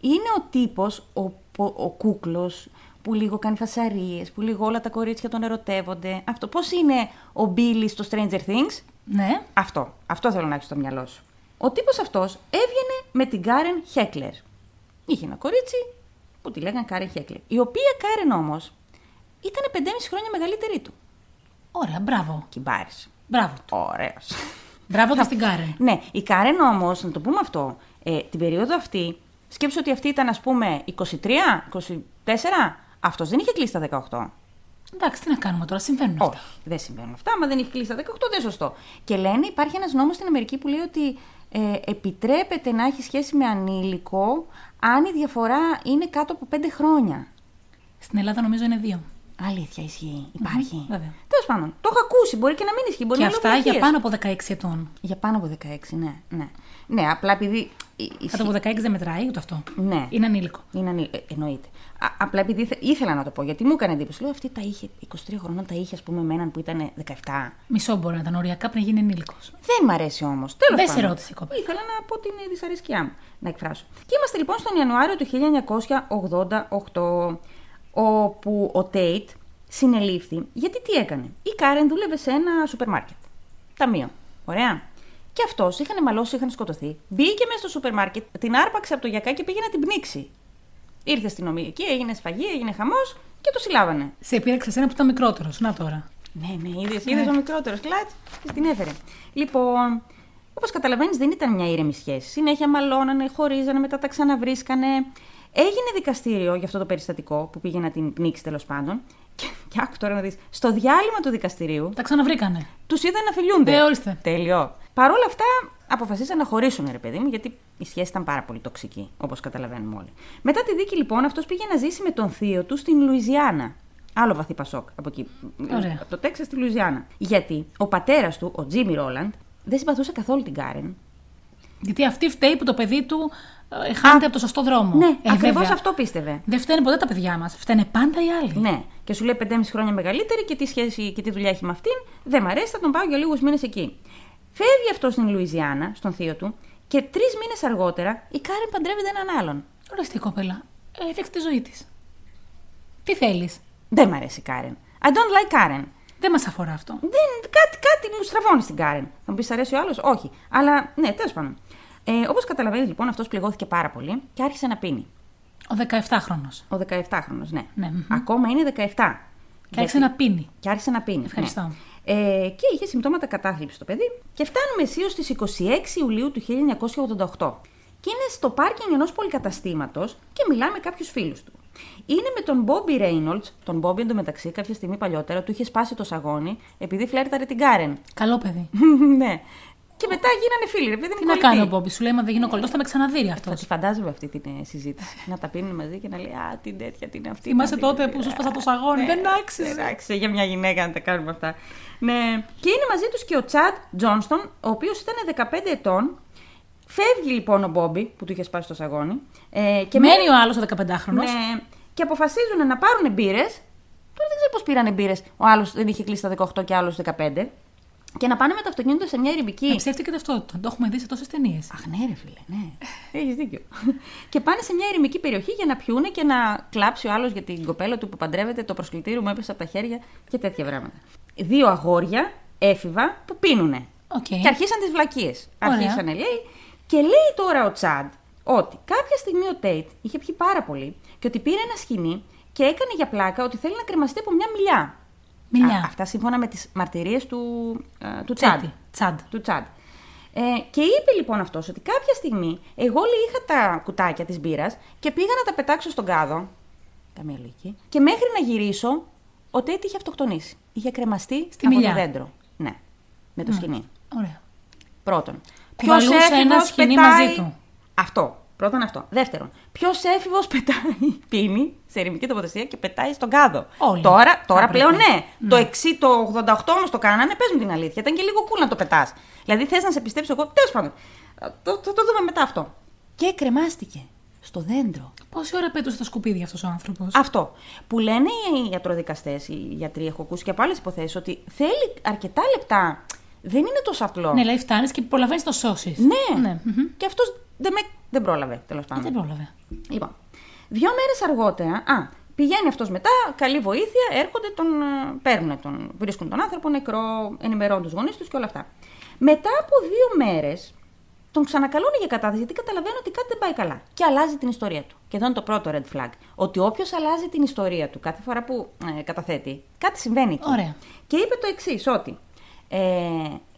Speaker 1: είναι ο τύπος, ο, ο, ο κούκλος, που λίγο κάνει φασαρίες, που λίγο όλα τα κορίτσια τον ερωτεύονται. Αυτό πώς είναι ο Billy στο Stranger Things.
Speaker 2: Ναι.
Speaker 1: Αυτό. Αυτό θέλω να έχεις στο μυαλό σου. Ο τύπος αυτός έβγαινε με την Κάρεν Χέκλερ. Είχε ένα κορίτσι που τη λέγανε Κάρεν Χέκλερ. Η οποία Κάρεν όμως ήταν 5,5 χρόνια μεγαλύτερη του.
Speaker 2: Ωραία, μπράβο.
Speaker 1: Κυμπάρη.
Speaker 2: Μπράβο.
Speaker 1: Ωραίος.
Speaker 2: Μπράβο και στην Κάρεν.
Speaker 1: ναι, η Κάρεν όμως, να το πούμε αυτό, ε, την περίοδο αυτή, σκέψου ότι αυτή ήταν ας πούμε 23, 24. Αυτός δεν είχε κλείσει τα 18.
Speaker 2: Εντάξει, τι να κάνουμε τώρα, συμβαίνουν αυτά.
Speaker 1: Όχι, δεν συμβαίνουν αυτά. Άμα δεν έχει κλείσει τα 18, δεν είναι σωστό. Και λένε, υπάρχει ένας νόμος στην Αμερική που λέει ότι ε, επιτρέπεται να έχει σχέση με ανήλικο αν η διαφορά είναι κάτω από 5 χρόνια.
Speaker 2: Στην Ελλάδα νομίζω είναι δύο.
Speaker 1: Αλήθεια, ισχύει. Υπάρχει.
Speaker 2: Μμμ, βέβαια.
Speaker 1: Τέλος πάντων, το έχω ακούσει. Μπορεί και να μην ισχύει. Μπορεί
Speaker 2: και
Speaker 1: να λέω
Speaker 2: αυτά για
Speaker 1: βλακίες.
Speaker 2: πάνω από 16 ετών.
Speaker 1: Για πάνω από 16, ναι. Ναι, ναι απλά επειδή. ε,
Speaker 2: Κάτω
Speaker 1: ισχύει.
Speaker 2: από 16 δεν μετράει ούτε αυτό.
Speaker 1: Ναι.
Speaker 2: Είναι ανήλικο.
Speaker 1: Είναι ανή... ε, εννοείται. Α, απλά επειδή ήθε- ήθελα να το πω, γιατί μου έκανε εντύπωση. Λέω αυτή τα είχε 23 χρόνια, τα είχε ας πούμε με έναν που ήταν 17.
Speaker 2: Μισό μπορεί να ήταν οριακά πριν να γίνει ενήλικος.
Speaker 1: Δεν μ' αρέσει όμως. Τέλος
Speaker 2: Δεν σε ρώτησε η κοπέλα.
Speaker 1: Ήθελα να πω την ε, δυσαρέσκειά μου, να εκφράσω. Και είμαστε λοιπόν στον Ιανουάριο του 1988, όπου ο Τέιτ συνελήφθη. Γιατί τι έκανε. Η Κάρεν δούλευε σε ένα σούπερ μάρκετ. Ταμείο. Ωραία. Και αυτός είχαν μαλώσει, είχαν σκοτωθεί. Μπήκε μέσα στο σούπερ μάρκετ, την άρπαξε από το γιακά και πήγε να την πνίξει. Ήρθε αστυνομία εκεί, έγινε σφαγή, έγινε χαμός και το συλλάβανε.
Speaker 2: Σε επήρεξε εσένα που ήταν μικρότερος. Να τώρα.
Speaker 1: Ναι, ναι, είδες είδες ο μικρότερος κλατ και την έφερε. Λοιπόν, όπως καταλαβαίνεις, δεν ήταν μια ήρεμη σχέση. Συνέχεια μαλώνανε, χωρίζανε, μετά τα ξαναβρίσκανε. Έγινε δικαστήριο για αυτό το περιστατικό που πήγε να την πνίξει τέλος πάντων. Και, και άκου τώρα να δεις. Στο διάλειμμα του δικαστηρίου
Speaker 2: Τα ξαναβρήκανε.
Speaker 1: τους είδαν να φιλιούνται.
Speaker 2: Ε, ορίστε.
Speaker 1: Τέλειο. Παρ' όλα αυτά, αποφασίσαν να χωρίσουν, ρε παιδί μου, γιατί η σχέση ήταν πάρα πολύ τοξική, όπως καταλαβαίνουμε όλοι. Μετά τη δίκη, λοιπόν, αυτός πήγε να ζήσει με τον θείο του στην Λουιζιάννα. Άλλο βαθύ Πασόκ από εκεί.
Speaker 2: Ωραία.
Speaker 1: Από το Τέξας στη Λουιζιάννα. Γιατί ο πατέρας του, ο Τζίμι Ρόλαντ, δεν συμπαθούσε καθόλου την Κάρεν.
Speaker 2: Γιατί αυτή φταίει που το παιδί του ε, χάνεται από το σωστό δρόμο.
Speaker 1: ναι,
Speaker 2: Ε,
Speaker 1: ακριβώς
Speaker 2: βέβαια.
Speaker 1: αυτό πίστευε.
Speaker 2: Δεν φταίνε ποτέ τα παιδιά μας. Φταίνε πάντα οι άλλοι.
Speaker 1: Ναι, και σου λέει 5,5 χρόνια μεγαλύτερη και τι σχέση και τι δουλειά έχει με αυτήν. Δεν μ' αρέσει, θα τον πάω για λίγους μήνες εκεί. Φεύγει αυτός στην Λουιζιάννα, στον θείο του, και τρεις μήνες αργότερα η Κάρεν παντρεύεται έναν άλλον.
Speaker 2: Ορίστε η κοπέλα. Ε, Έφτιαξε τη ζωή της. Τι θέλεις.
Speaker 1: Δεν μ' αρέσει η Κάρεν. I don't like Karen.
Speaker 2: Δεν μας αφορά αυτό.
Speaker 1: Δεν, κάτι, κάτι μου στραβώνει στην Κάρεν. Θα μου πεις, αρέσει ο άλλος. Όχι. Αλλά ναι, τέλος πάντων. Ε, Όπως καταλαβαίνεις λοιπόν, αυτός πληγώθηκε πάρα πολύ και άρχισε να πίνει.
Speaker 2: Ο 17χρονο.
Speaker 1: Ο 17χρονο, ναι.
Speaker 2: Ναι, μμμ.
Speaker 1: Ακόμα είναι 17.
Speaker 2: Και άρχισε να πίνει.
Speaker 1: Και άρχισε να πίνει.
Speaker 2: Ευχαριστώ.
Speaker 1: ναι. Ε, και είχε συμπτώματα κατάθλιψης το παιδί. Και φτάνουμε αισίως στις 26 Ιουλίου του 1988. Και είναι στο πάρκινγκ ενός πολυκαταστήματος και μιλάει με κάποιους φίλους του. Είναι με τον Bobby Reynolds. Τον Bobby εντωμεταξύ κάποια στιγμή παλιότερα του είχε σπάσει το σαγόνι επειδή φλέρταρε την Κάρεν.
Speaker 2: Καλό παιδί.
Speaker 1: ναι. Και μετά γίνανε φίλοι, ρε παιδί μου.
Speaker 2: Τι να
Speaker 1: κολλητοί.
Speaker 2: κάνω, Μπόμπι, σου λέει, μα δεν γίνω κολλητός, θα με ξαναδείρει αυτός.
Speaker 1: Θα τη φαντάζομαι αυτή την ε, συζήτηση. να τα πίνουν μαζί και να λέει Α, την τέτοια, την αυτή.
Speaker 2: Θυμάσαι
Speaker 1: την άλλη,
Speaker 2: τότε
Speaker 1: την
Speaker 2: που σου
Speaker 1: τέτοια».
Speaker 2: σπάσα το σαγόνι.
Speaker 1: Ναι,
Speaker 2: Δεν άξιζε.
Speaker 1: Δεν άξιζε για μια γυναίκα να τα κάνουμε αυτά. Ναι. Και είναι μαζί τους και ο Τσάτ Τζόνστον, ο οποίος ήταν 15 ετών, Φεύγει λοιπόν ο Μπόμπι που του είχε σπάσει το σαγόνι. Ε, και
Speaker 2: Μένει ο άλλος ο 15χρονο.
Speaker 1: Ναι, και αποφασίζουν να πάρουν μπύρες. Τώρα δεν ξέρω πώς πήραν μπύρες. Ο άλλος δεν είχε κλείσει τα 18 και άλλος 15. Και να πάνε με το αυτοκίνητο σε μια
Speaker 2: Να
Speaker 1: ερημική.
Speaker 2: ψεύτηκε ταυτότητα. Το έχουμε δει σε τόσες ταινίες.
Speaker 1: Αχ, ναι, ρε φίλε, ναι. Έχεις δίκιο. και πάνε σε μια ερημική περιοχή για να πιούνε και να κλάψει ο άλλος για την κοπέλα του που παντρεύεται. Το προσκλητήριο μου έπεσε από τα χέρια και τέτοια πράγματα. Δύο αγόρια, έφηβα, που πίνουνε.
Speaker 2: Οκ.
Speaker 1: Και αρχίσαν τις βλακίες.
Speaker 2: Ωραία.
Speaker 1: Αρχίσανε, λέει. Και λέει τώρα ο Τσάντ ότι κάποια στιγμή ο Τέιτ είχε πιει πάρα πολύ και ότι πήρε ένα σκηνή και έκανε για πλάκα ότι θέλει να κρεμαστεί από μια μιλιά.
Speaker 2: Μιλιά.
Speaker 1: Α, αυτά σύμφωνα με τις μαρτυρίες του, ε, του
Speaker 2: Τσέτη.
Speaker 1: Τσάντ.
Speaker 2: Τσάντ.
Speaker 1: Του Τσάντ. Ε, και είπε λοιπόν αυτός ότι κάποια στιγμή εγώ λέει, είχα τα κουτάκια της μπύρας και πήγα να τα πετάξω στον κάδο. Καμία λογική. Και μέχρι να γυρίσω, ο Τέιτ είχε αυτοκτονήσει. Είχε κρεμαστεί
Speaker 2: Στη
Speaker 1: από
Speaker 2: μιλιά.
Speaker 1: το δέντρο. Ναι, με το σκηνή.
Speaker 2: Ωραία.
Speaker 1: Πρώτον.
Speaker 2: Κουβαλούσε
Speaker 1: ποιος
Speaker 2: ένα
Speaker 1: έφηβος
Speaker 2: σκηνή μαζί του.
Speaker 1: Αυτό. Πρώτον αυτό. Δεύτερον, ποιος έφηβος πετάει, πίνει σε ερημική τοποθεσία και πετάει στον κάδο.
Speaker 2: Όλοι.
Speaker 1: Τώρα, τώρα
Speaker 2: Θα
Speaker 1: πλέον
Speaker 2: πρέπει.
Speaker 1: ναι. Το 6, το 88 όμως το κάνανε, πες μου την αλήθεια. Ήταν και λίγο cool να το πετάς. Δηλαδή θες να σε πιστέψω εγώ. Τέλος πάντων. Ε, Το, το, το δούμε μετά αυτό. Και κρεμάστηκε στο δέντρο.
Speaker 2: Πόση ώρα πέτωσε τα σκουπίδια αυτός ο άνθρωπος.
Speaker 1: Αυτό. Που λένε οι ιατροδικαστές, οι γιατροί, έχω ακούσει και από άλλες υποθέσεις, ότι θέλει αρκετά λεπτά. Δεν είναι τόσο απλό.
Speaker 2: Ναι, δηλαδή φτάνεις και προλαβαίνεις το σώσεις.
Speaker 1: Ναι.
Speaker 2: μμμ.
Speaker 1: Και αυτός δεν, με... δεν πρόλαβε, τέλος
Speaker 2: Ε,
Speaker 1: πάντων.
Speaker 2: Δεν πρόλαβε.
Speaker 1: Λοιπόν, δύο μέρες αργότερα. Α, πηγαίνει αυτός μετά, καλή βοήθεια, έρχονται, τον ε, παίρνουν, τον, βρίσκουν τον άνθρωπο νεκρό, ενημερώνουν τους γονείς τους και όλα αυτά. Μετά από δύο μέρες, τον ξανακαλούν για κατάθεση γιατί καταλαβαίνω ότι κάτι δεν πάει καλά. Και αλλάζει την ιστορία του. Και εδώ είναι το πρώτο red flag. Ότι όποιος αλλάζει την ιστορία του κάθε φορά που ε, καταθέτει, κάτι συμβαίνει. εκεί.
Speaker 2: Ωραία.
Speaker 1: Και είπε το εξής, ότι ε,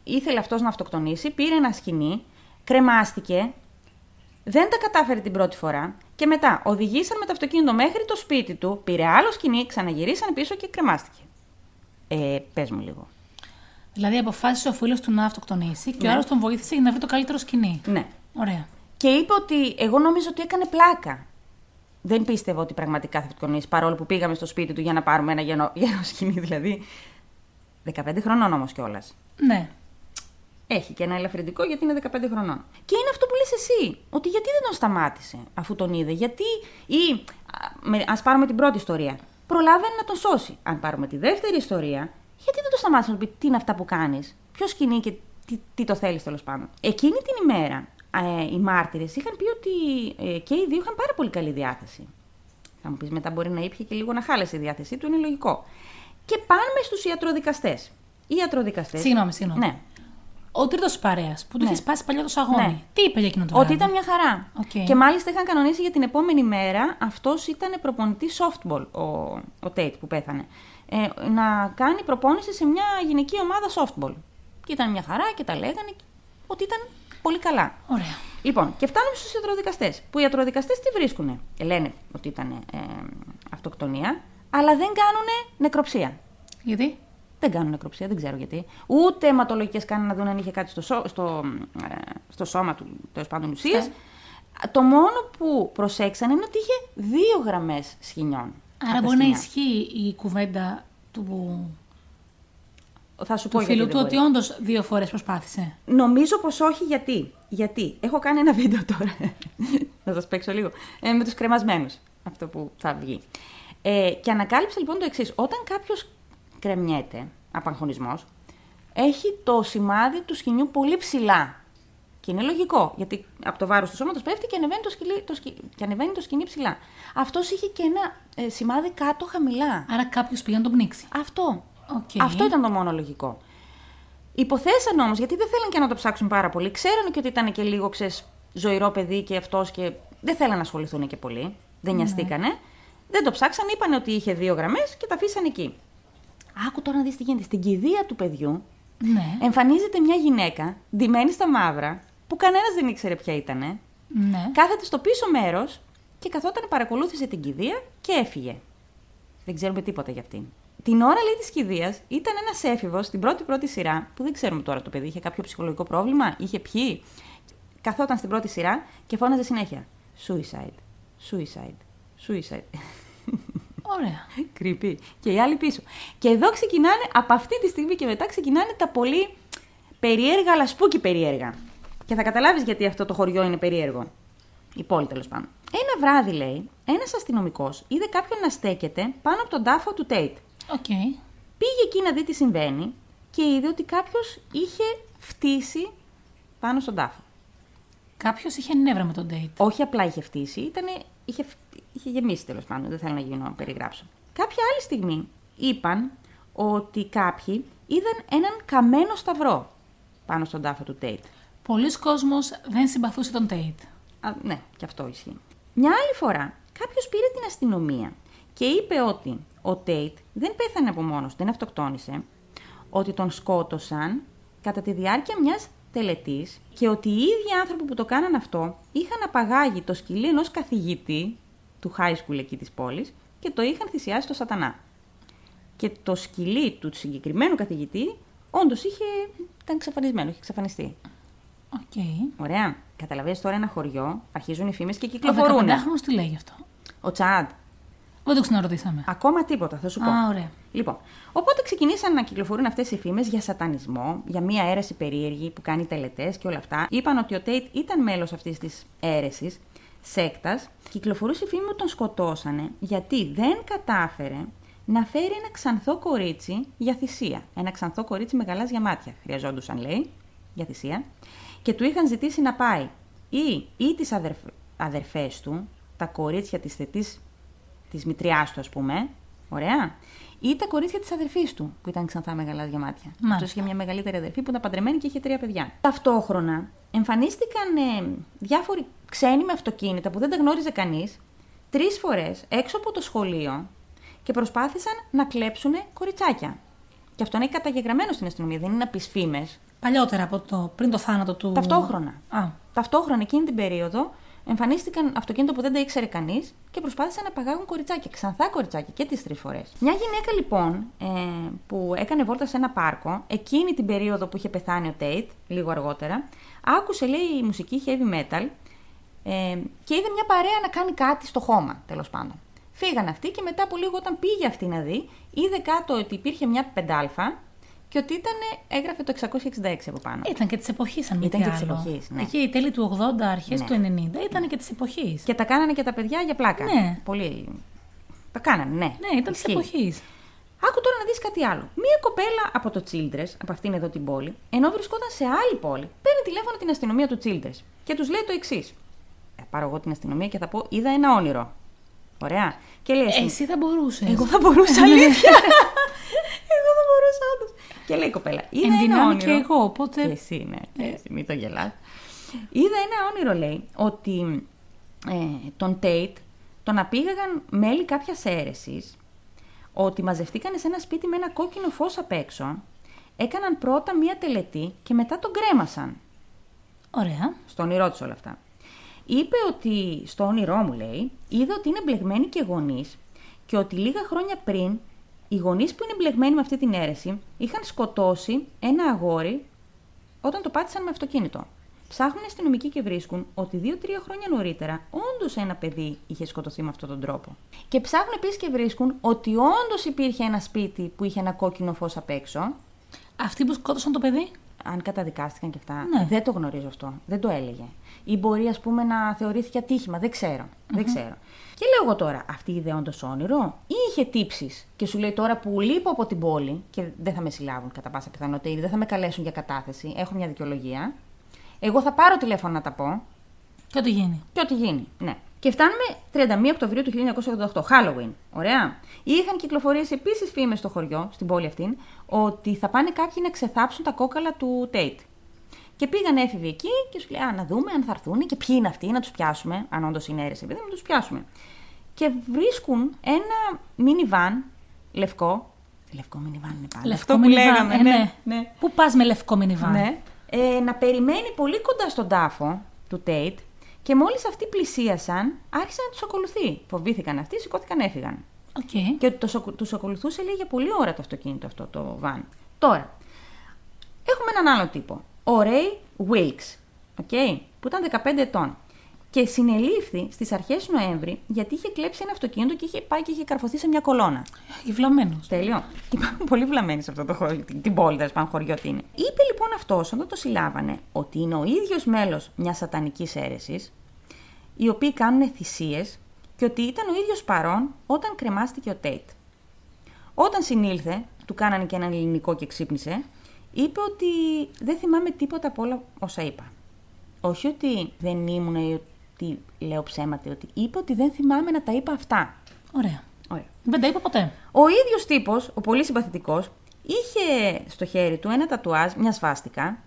Speaker 1: ήθελε αυτός να αυτοκτονήσει, πήρε ένα σκηνή, κρεμάστηκε, δεν τα κατάφερε την πρώτη φορά και μετά οδηγήσαν με το αυτοκίνητο μέχρι το σπίτι του, πήρε άλλο σκηνή, ξαναγυρίσαν πίσω και κρεμάστηκε. Ε, πες μου λίγο.
Speaker 2: Δηλαδή αποφάσισε ο φίλος του να αυτοκτονήσει και ο άλλος τον βοήθησε για να βρει το καλύτερο σκηνή.
Speaker 1: Ναι.
Speaker 2: Ωραία.
Speaker 1: Και είπε ότι εγώ νόμιζα ότι έκανε πλάκα. Δεν πίστευα ότι πραγματικά θα αυτοκτονήσει, παρόλο που πήγαμε στο σπίτι του για να πάρουμε ένα γερό, γερό σκηνή, δηλαδή. 15 χρονών όμως κιόλας.
Speaker 2: Ναι.
Speaker 1: Έχει και ένα ελαφρυντικό γιατί είναι 15 χρονών. Και είναι αυτό που λες εσύ, ότι γιατί δεν τον σταμάτησε αφού τον είδε, γιατί. ή α, με- ας πάρουμε την πρώτη ιστορία. Προλάβαινε να τον σώσει. Αν πάρουμε τη δεύτερη ιστορία, γιατί δεν τον σταμάτησε να του πει τι είναι αυτά που κάνεις, ποιος σκηνή και τι, τι το θέλεις τέλος πάντων. Εκείνη την ημέρα ε, οι μάρτυρες είχαν πει ότι ε, και οι δύο είχαν πάρα πολύ καλή διάθεση. Θα μου πεις μετά μπορεί να ήπια και λίγο να χάλασε η διάθεσή του, είναι λογικό. Και πάμε στους ιατροδικαστές. Οι ιατροδικαστές.
Speaker 2: Συγγνώμη, συγγνώμη.
Speaker 1: Ναι.
Speaker 2: Ο τρίτος παρέας που του
Speaker 1: Ναι.
Speaker 2: είχε σπάσει παλιά το σαγόνι.
Speaker 1: Ναι.
Speaker 2: Τι είπε για εκείνο το
Speaker 1: Ότι
Speaker 2: βράδυ.
Speaker 1: ήταν μια χαρά.
Speaker 2: Οκ.
Speaker 1: Και μάλιστα είχαν κανονίσει για την επόμενη μέρα. Αυτός ήταν προπονητή softball, ο, ο Tate που πέθανε. Ε, να κάνει προπόνηση σε μια γυναική ομάδα softball. Και ήταν μια χαρά και τα λέγανε και- ότι ήταν πολύ καλά.
Speaker 2: Ωραία.
Speaker 1: Λοιπόν, και φτάνουμε στους ιατροδικαστές. Που οι ιατροδικαστές τι βρίσκουν. Λένε ότι ήταν ε, αυτοκτονία, αλλά δεν κάνουν νεκροψία.
Speaker 2: Γιατί.
Speaker 1: Δεν κάνουν νεκροψία, δεν ξέρω γιατί. Ούτε αιματολογικές κάνουν να δουν αν είχε κάτι στο, σώ- στο, ε, στο σώμα του, τέλος πάντων ουσίες. Το μόνο που προσέξανε είναι ότι είχε δύο γραμμές σχοινιών. από
Speaker 2: Άρα
Speaker 1: τα
Speaker 2: μπορεί να
Speaker 1: σκοινιά.
Speaker 2: ισχύει η κουβέντα του,
Speaker 1: Θα σου πω
Speaker 2: του
Speaker 1: γιατί
Speaker 2: φίλου
Speaker 1: δεν
Speaker 2: του ότι
Speaker 1: μπορεί.
Speaker 2: όντως δύο φορές προσπάθησε.
Speaker 1: Νομίζω πως όχι γιατί. Γιατί έχω κάνει ένα βίντεο τώρα. να σας παίξω λίγο. Ε, με τους κρεμασμένους. Αυτό που θα βγει. Ε, και ανακάλυψα λοιπόν το εξής. Όταν κάποιος κρεμιέται, απαγχωνισμός, έχει το σημάδι του σκηνιού πολύ ψηλά. Και είναι λογικό, γιατί από το βάρος του σώματος πέφτει και ανεβαίνει το, σκυλί, το, σκυ... και ανεβαίνει το σκηνή ψηλά. Αυτός είχε και ένα ε, σημάδι κάτω χαμηλά.
Speaker 2: Άρα κάποιος πήγε να τον πνίξει.
Speaker 1: Αυτό.
Speaker 2: Οκ.
Speaker 1: Αυτό ήταν το μόνο λογικό. Υποθέσαν όμως, γιατί δεν θέλαν και να το ψάξουν πάρα πολύ. Ξέραν και ότι ήταν και λίγο ξέρεις, ζωηρό παιδί και αυτός και δεν θέλαν να ασχοληθούν και πολύ. Δεν νοιαστήκανε. Δεν το ψάξαν, είπαν ότι είχε δύο γραμμές και τα αφήσαν εκεί. Άκου τώρα να δεις τι γίνεται. Στην κηδεία του παιδιού
Speaker 2: Ναι.
Speaker 1: Ε. εμφανίζεται μια γυναίκα, ντυμένη στα μαύρα, που κανένας δεν ήξερε ποια ήταν.
Speaker 2: ναι.
Speaker 1: Κάθεται στο πίσω μέρος και καθόταν παρακολούθησε την κηδεία και έφυγε. Δεν ξέρουμε τίποτα για αυτήν. Την ώρα λέει της κηδείας ήταν ένας έφηβος στην πρώτη-πρώτη σειρά, που δεν ξέρουμε τώρα το παιδί, είχε κάποιο ψυχολογικό πρόβλημα, είχε πιει. Καθόταν στην πρώτη σειρά και φώναζε συνέχεια. Suicide, suicide, suicide.
Speaker 2: Ωραία.
Speaker 1: Creepy. Και οι άλλοι πίσω. Και εδώ ξεκινάνε, από αυτή τη στιγμή και μετά ξεκινάνε τα πολύ περίεργα, αλλά σπούκι περίεργα. Και θα καταλάβεις γιατί αυτό το χωριό είναι περίεργο. Η πόλη τέλος πάντων. Ένα βράδυ, λέει, ένας αστυνομικός είδε κάποιον να στέκεται πάνω από τον τάφο του Τέιτ.
Speaker 2: Οκ.
Speaker 1: Πήγε εκεί να δει τι συμβαίνει και είδε ότι κάποιος είχε φτύσει πάνω στον τάφο.
Speaker 2: Κάποιος είχε νεύρα με τον date.
Speaker 1: Όχι απλά είχε φτύσει, ήτανε, είχε, φ- είχε γεμίσει τέλος πάντων. Δεν θέλω να γίνω να περιγράψω. Κάποια άλλη στιγμή είπαν ότι κάποιοι είδαν έναν καμένο σταυρό πάνω στον τάφο του Τέιτ.
Speaker 2: Πολλοί κόσμος δεν συμπαθούσε τον Τέιτ.
Speaker 1: Α, ναι, και αυτό ισχύει. Μια άλλη φορά κάποιος πήρε την αστυνομία και είπε ότι ο Τέιτ δεν πέθανε από μόνος του, δεν αυτοκτόνησε, ότι τον σκότωσαν κατά τη διάρκεια μιας τελετής και ότι οι ίδιοι άνθρωποι που το κάναν αυτό είχαν απαγάγει το σκυλί ενός καθηγητή του high school εκεί της πόλης και το είχαν θυσιάσει στο σατανά. Και το σκυλί του συγκεκριμένου καθηγητή όντως ήταν εξαφανισμένο, είχε εξαφανιστεί.
Speaker 2: Οκ.
Speaker 1: Ωραία. Καταλαβαίνεις τώρα ένα χωριό, αρχίζουν οι φήμες και
Speaker 2: Ο
Speaker 1: κυκλοφορούν.
Speaker 2: 15χρονος τι λέει γι' αυτό.
Speaker 1: Ο Τσάντ.
Speaker 2: Δεν το ξαναρωτήσαμε.
Speaker 1: Ακόμα τίποτα, θα σου πω.
Speaker 2: Α, ωραία.
Speaker 1: Λοιπόν, οπότε ξεκινήσαν να κυκλοφορούν αυτές οι φήμες για σατανισμό, για μία αίρεση περίεργη που κάνει τελετές και όλα αυτά. Είπαν ότι ο Τέιτ ήταν μέλος αυτής της αίρεσης, σέκτας. Κυκλοφορούσε η φήμη ότι τον σκοτώσανε γιατί δεν κατάφερε να φέρει ένα ξανθό κορίτσι για θυσία. Ένα ξανθό κορίτσι με γαλάζια μάτια χρειαζόντουσαν, λέει, για θυσία. Και του είχαν ζητήσει να πάει ή, ή τις αδερφές του, τα κορίτσια της θετής της μητριάς του, ας πούμε. Ωραία. Ή τα κορίτσια της αδερφής του, που ήταν ξανθά με γαλάζια μάτια. Αυτό
Speaker 2: Μάλιστα.
Speaker 1: είχε μια μεγαλύτερη αδερφή που ήταν παντρεμένη και είχε τρία παιδιά. Ταυτόχρονα εμφανίστηκαν ε, διάφοροι ξένοι με αυτοκίνητα που δεν τα γνώριζε κανείς τρεις φορές έξω από το σχολείο και προσπάθησαν να κλέψουν κοριτσάκια. Και αυτό είναι καταγεγραμμένο στην αστυνομία, δεν είναι απεισφήμε.
Speaker 2: Παλιότερα από το, πριν το θάνατο του.
Speaker 1: Ταυτόχρονα.
Speaker 2: Α,
Speaker 1: Ταυτόχρονα εκείνη την περίοδο εμφανίστηκαν αυτοκίνητα που δεν τα ήξερε κανείς και προσπάθησαν να παγάγουν κοριτσάκια, ξανθά κοριτσάκια και τις τρεις φορές. Μια γυναίκα λοιπόν ε, που έκανε βόλτα σε ένα πάρκο, εκείνη την περίοδο που είχε πεθάνει ο Τέιτ, λίγο αργότερα, άκουσε λέει η μουσική heavy metal ε, και είδε μια παρέα να κάνει κάτι στο χώμα, τέλος πάντων. Φύγαν αυτοί και μετά από λίγο, όταν πήγε αυτή να δει, είδε κάτω ότι υπήρχε μια πεντάλφα και ότι ήταν, ε, έγραφε το 666 από πάνω.
Speaker 2: Ήταν και της εποχής, αν μη
Speaker 1: Ήταν
Speaker 2: τι
Speaker 1: και της
Speaker 2: άλλο.
Speaker 1: εποχής, ναι.
Speaker 2: Εκεί η τέλη του 80, αρχές
Speaker 1: Ναι.
Speaker 2: του 90 ήταν και της εποχής.
Speaker 1: Και τα κάνανε και τα παιδιά για πλάκα.
Speaker 2: Ναι.
Speaker 1: Πολύ. Τα κάνανε, ναι.
Speaker 2: Ναι, ήταν της
Speaker 1: Ισχύει.
Speaker 2: εποχής.
Speaker 1: Άκου τώρα να δεις κάτι άλλο. Μία κοπέλα από το Childress, από αυτήν εδώ την πόλη, ενώ βρισκόταν σε άλλη πόλη, παίρνει τηλέφωνο την αστυνομία του Childress και τους λέει το εξής. Θα πάρω εγώ την αστυνομία και θα πω: Είδα ένα όνειρο. Ωραία. Και λέει: «Αστυ-
Speaker 2: Ε, Εσύ Ναι. θα μπορούσες.
Speaker 1: Εγώ θα μπορούσα, αλήθεια. εγώ θα μπορούσα, όντω. Και λέει η κοπέλα: Είδα
Speaker 2: Εν
Speaker 1: ένα
Speaker 2: δυνάμει
Speaker 1: όνειρο.
Speaker 2: και εγώ, οπότε.
Speaker 1: Και εσύ, ναι. και εσύ, μην το γελάς. Είδα ένα όνειρο, λέει, ότι ε, τον Τέιτ τον απήγαγαν μέλη κάποιας αίρεσης, ότι μαζευτήκανε σε ένα σπίτι με ένα κόκκινο φως απ' έξω, έκαναν πρώτα μία τελετή και μετά τον κρέμασαν.
Speaker 2: Ωραία.
Speaker 1: Στον όνειρό τη όλα αυτά. Είπε ότι στο όνειρό μου, λέει, είδα ότι είναι μπλεγμένοι και γονείς και ότι λίγα χρόνια πριν οι γονείς που είναι μπλεγμένοι με αυτή την αίρεση είχαν σκοτώσει ένα αγόρι όταν το πάτησαν με αυτοκίνητο. Ψάχνουν οι αστυνομικοί και βρίσκουν ότι δύο-τρία χρόνια νωρίτερα όντως ένα παιδί είχε σκοτωθεί με αυτόν τον τρόπο. Και ψάχνουν επίσης και βρίσκουν ότι όντως υπήρχε ένα σπίτι που είχε ένα κόκκινο φως απ' έξω.
Speaker 2: Αυτοί που σκότωσαν το παιδί.
Speaker 1: Αν καταδικάστηκαν και αυτά,
Speaker 2: Ναι.
Speaker 1: δεν το γνωρίζω αυτό. Δεν το έλεγε. Ή μπορεί, ας πούμε, να θεωρήθηκε ατύχημα. Δεν ξερω Δεν ξέρω. Και λέω εγώ τώρα, αυτή η ιδέα όντως όνειρο, ή είχε τύψεις και σου λέει τώρα που λείπω από την πόλη και δεν θα με συλλάβουν κατά πάσα πιθανότητα ή δεν θα με καλέσουν για κατάθεση. Έχω μια δικαιολογία. Εγώ θα πάρω τηλέφωνο να τα πω
Speaker 2: Και ό,τι γίνει.
Speaker 1: και ό,τι γίνει. Ναι. Και φτάνουμε 31 Οκτωβρίου του 1988, Halloween. Ωραία. Είχαν κυκλοφορήσει επίσης φήμες στο χωριό, στην πόλη αυτήν, ότι θα πάνε κάποιοι να ξεθάψουν τα κόκαλα του Τέιτ. Και πήγαν έφηβοι εκεί και σου λέει: Α, να δούμε αν θα έρθουν και ποιοι είναι αυτοί, να τους πιάσουμε. Αν όντως είναι αίρεση, επειδή να τους πιάσουμε. Και βρίσκουν ένα μινιβάν λευκό. Λευκό μινιβάν είναι πάντα.
Speaker 2: Λευκό
Speaker 1: Αυτό που
Speaker 2: μινιβάν,
Speaker 1: λέγαμε,
Speaker 2: ε,
Speaker 1: ναι, ναι.
Speaker 2: Πού πας με λευκό μινιβάν.
Speaker 1: Ναι. Ε, να περιμένει πολύ κοντά στον τάφο του Τέιτ και μόλις αυτοί πλησίασαν, άρχισαν να τους ακολουθεί. Φοβήθηκαν αυτοί, σηκώθηκαν, έφυγαν.
Speaker 2: Οκ.
Speaker 1: Και ότι το σοκου- τους ακολουθούσε λέει για πολλή ώρα το αυτοκίνητο αυτό, το βαν. Τώρα, έχουμε έναν άλλο τύπο. Ο Ρέι Βίλξ, οκ, που ήταν 15 ετών. Και συνελήφθη στις αρχές Νοέμβρη γιατί είχε κλέψει ένα αυτοκίνητο και είχε πάει και είχε καρφωθεί σε μια κολόνα.
Speaker 2: Κυβλωμένο.
Speaker 1: Τέλειο. Υπάρχουν πολύ βλαμμένοι σε αυτό το χωριό, την, την πόλη, τέλος πάντων, χωριό τι είναι. Είπε λοιπόν αυτός, όταν το συλλάβανε ότι είναι ο ίδιος μέλος μιας σατανικής αίρεσης, οι οποίοι κάνουν θυσίες και ότι ήταν ο ίδιος παρόν όταν κρεμάστηκε ο Τέιτ. Όταν συνήλθε, του κάνανε και έναν ελληνικό και ξύπνησε, είπε ότι δεν θυμάμαι τίποτα από όλα όσα είπα. Όχι ότι δεν ήμουν ή ότι λέω ψέματα, ότι είπε ότι δεν θυμάμαι να τα είπα αυτά.
Speaker 2: Ωραία.
Speaker 1: Ωραία.
Speaker 2: Δεν τα είπα ποτέ.
Speaker 1: Ο ίδιος τύπος, ο πολύ συμπαθητικός, είχε στο χέρι του ένα τατουάζ, μια σβάστηκα,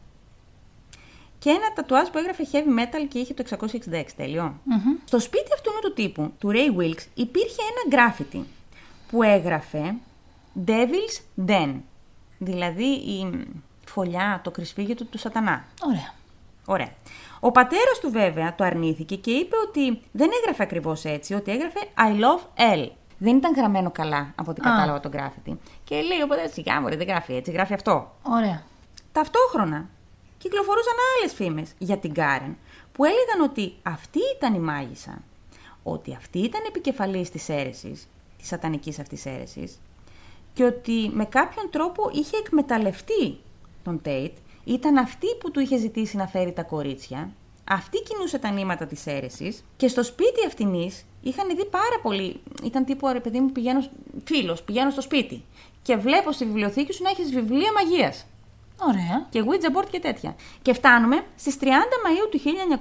Speaker 1: και ένα τατουάζ που έγραφε heavy metal και είχε το 666 τελειο
Speaker 2: Μμμ.
Speaker 1: Στο σπίτι αυτού του τύπου, του Ray Wilkes, υπήρχε ένα γκράφιτι που έγραφε Devil's Den, δηλαδή η φωλιά, το κρυσφύγιο του, του σατανά.
Speaker 2: Ωραία.
Speaker 1: Ωραία. Ο πατέρας του βέβαια το αρνήθηκε και είπε ότι δεν έγραφε ακριβώς έτσι, ότι έγραφε I love L. Δεν ήταν γραμμένο καλά από ό,τι
Speaker 2: Α.
Speaker 1: κατάλαβα τον γκράφιτι. Και λέει ο πατέρας, σιγά μωρέ, δεν γράφει έτσι, γράφει αυτό.
Speaker 2: Ωραία.
Speaker 1: Ταυτόχρονα κυκλοφορούσαν άλλες φήμες για την Κάρεν που έλεγαν ότι αυτή ήταν η μάγισσα, ότι αυτή ήταν επικεφαλής της αίρεσης, της σατανικής αυτής αίρεσης και ότι με κάποιον τρόπο είχε εκμεταλλευτεί τον Τέιτ, ήταν αυτή που του είχε ζητήσει να φέρει τα κορίτσια, αυτή κινούσε τα νήματα της αίρεσης και στο σπίτι αυτινής είχαν δει πάρα πολύ, ήταν τύπου ρε παιδί μου πηγαίνω, σ- φίλος, πηγαίνω στο σπίτι και βλέπω στη βιβλιοθήκη σου να έχεις βιβλία μαγείας
Speaker 2: Ωραία.
Speaker 1: και Ouija board και τέτοια. Και φτάνουμε στις 30 Μαΐου του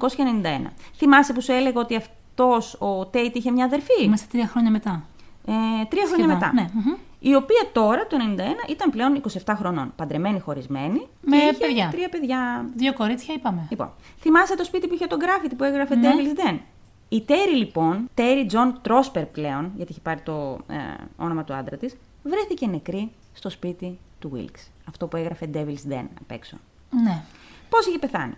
Speaker 1: 1991. Θυμάσαι που σου έλεγα ότι αυτός ο Τέιτ είχε μια αδερφή.
Speaker 2: Είμαστε τρία χρόνια μετά.
Speaker 1: Ε, τρία
Speaker 2: Ναι. Σχεδόν,
Speaker 1: χρόνια μετά.
Speaker 2: ναι, μμμ.
Speaker 1: Η οποία τώρα, το 91, ήταν πλέον 27 χρονών. Παντρεμένη, χωρισμένη.
Speaker 2: Με
Speaker 1: και είχε
Speaker 2: παιδιά.
Speaker 1: Τρία παιδιά.
Speaker 2: Δύο κορίτσια είπαμε.
Speaker 1: Λοιπόν, θυμάσαι το σπίτι που είχε τον γκράφιτι που έγραφε
Speaker 2: Ναι.
Speaker 1: Devil's Den. Η Τέρι λοιπόν, Τέρι Τζον Τρόσπερ πλέον, γιατί είχε πάρει το ε, όνομα του άντρα της, βρέθηκε νεκρή στο σπίτι του Wilkes. Αυτό που έγραφε Devil's Den απ' έξω.
Speaker 2: Ναι.
Speaker 1: Πώς είχε πεθάνει.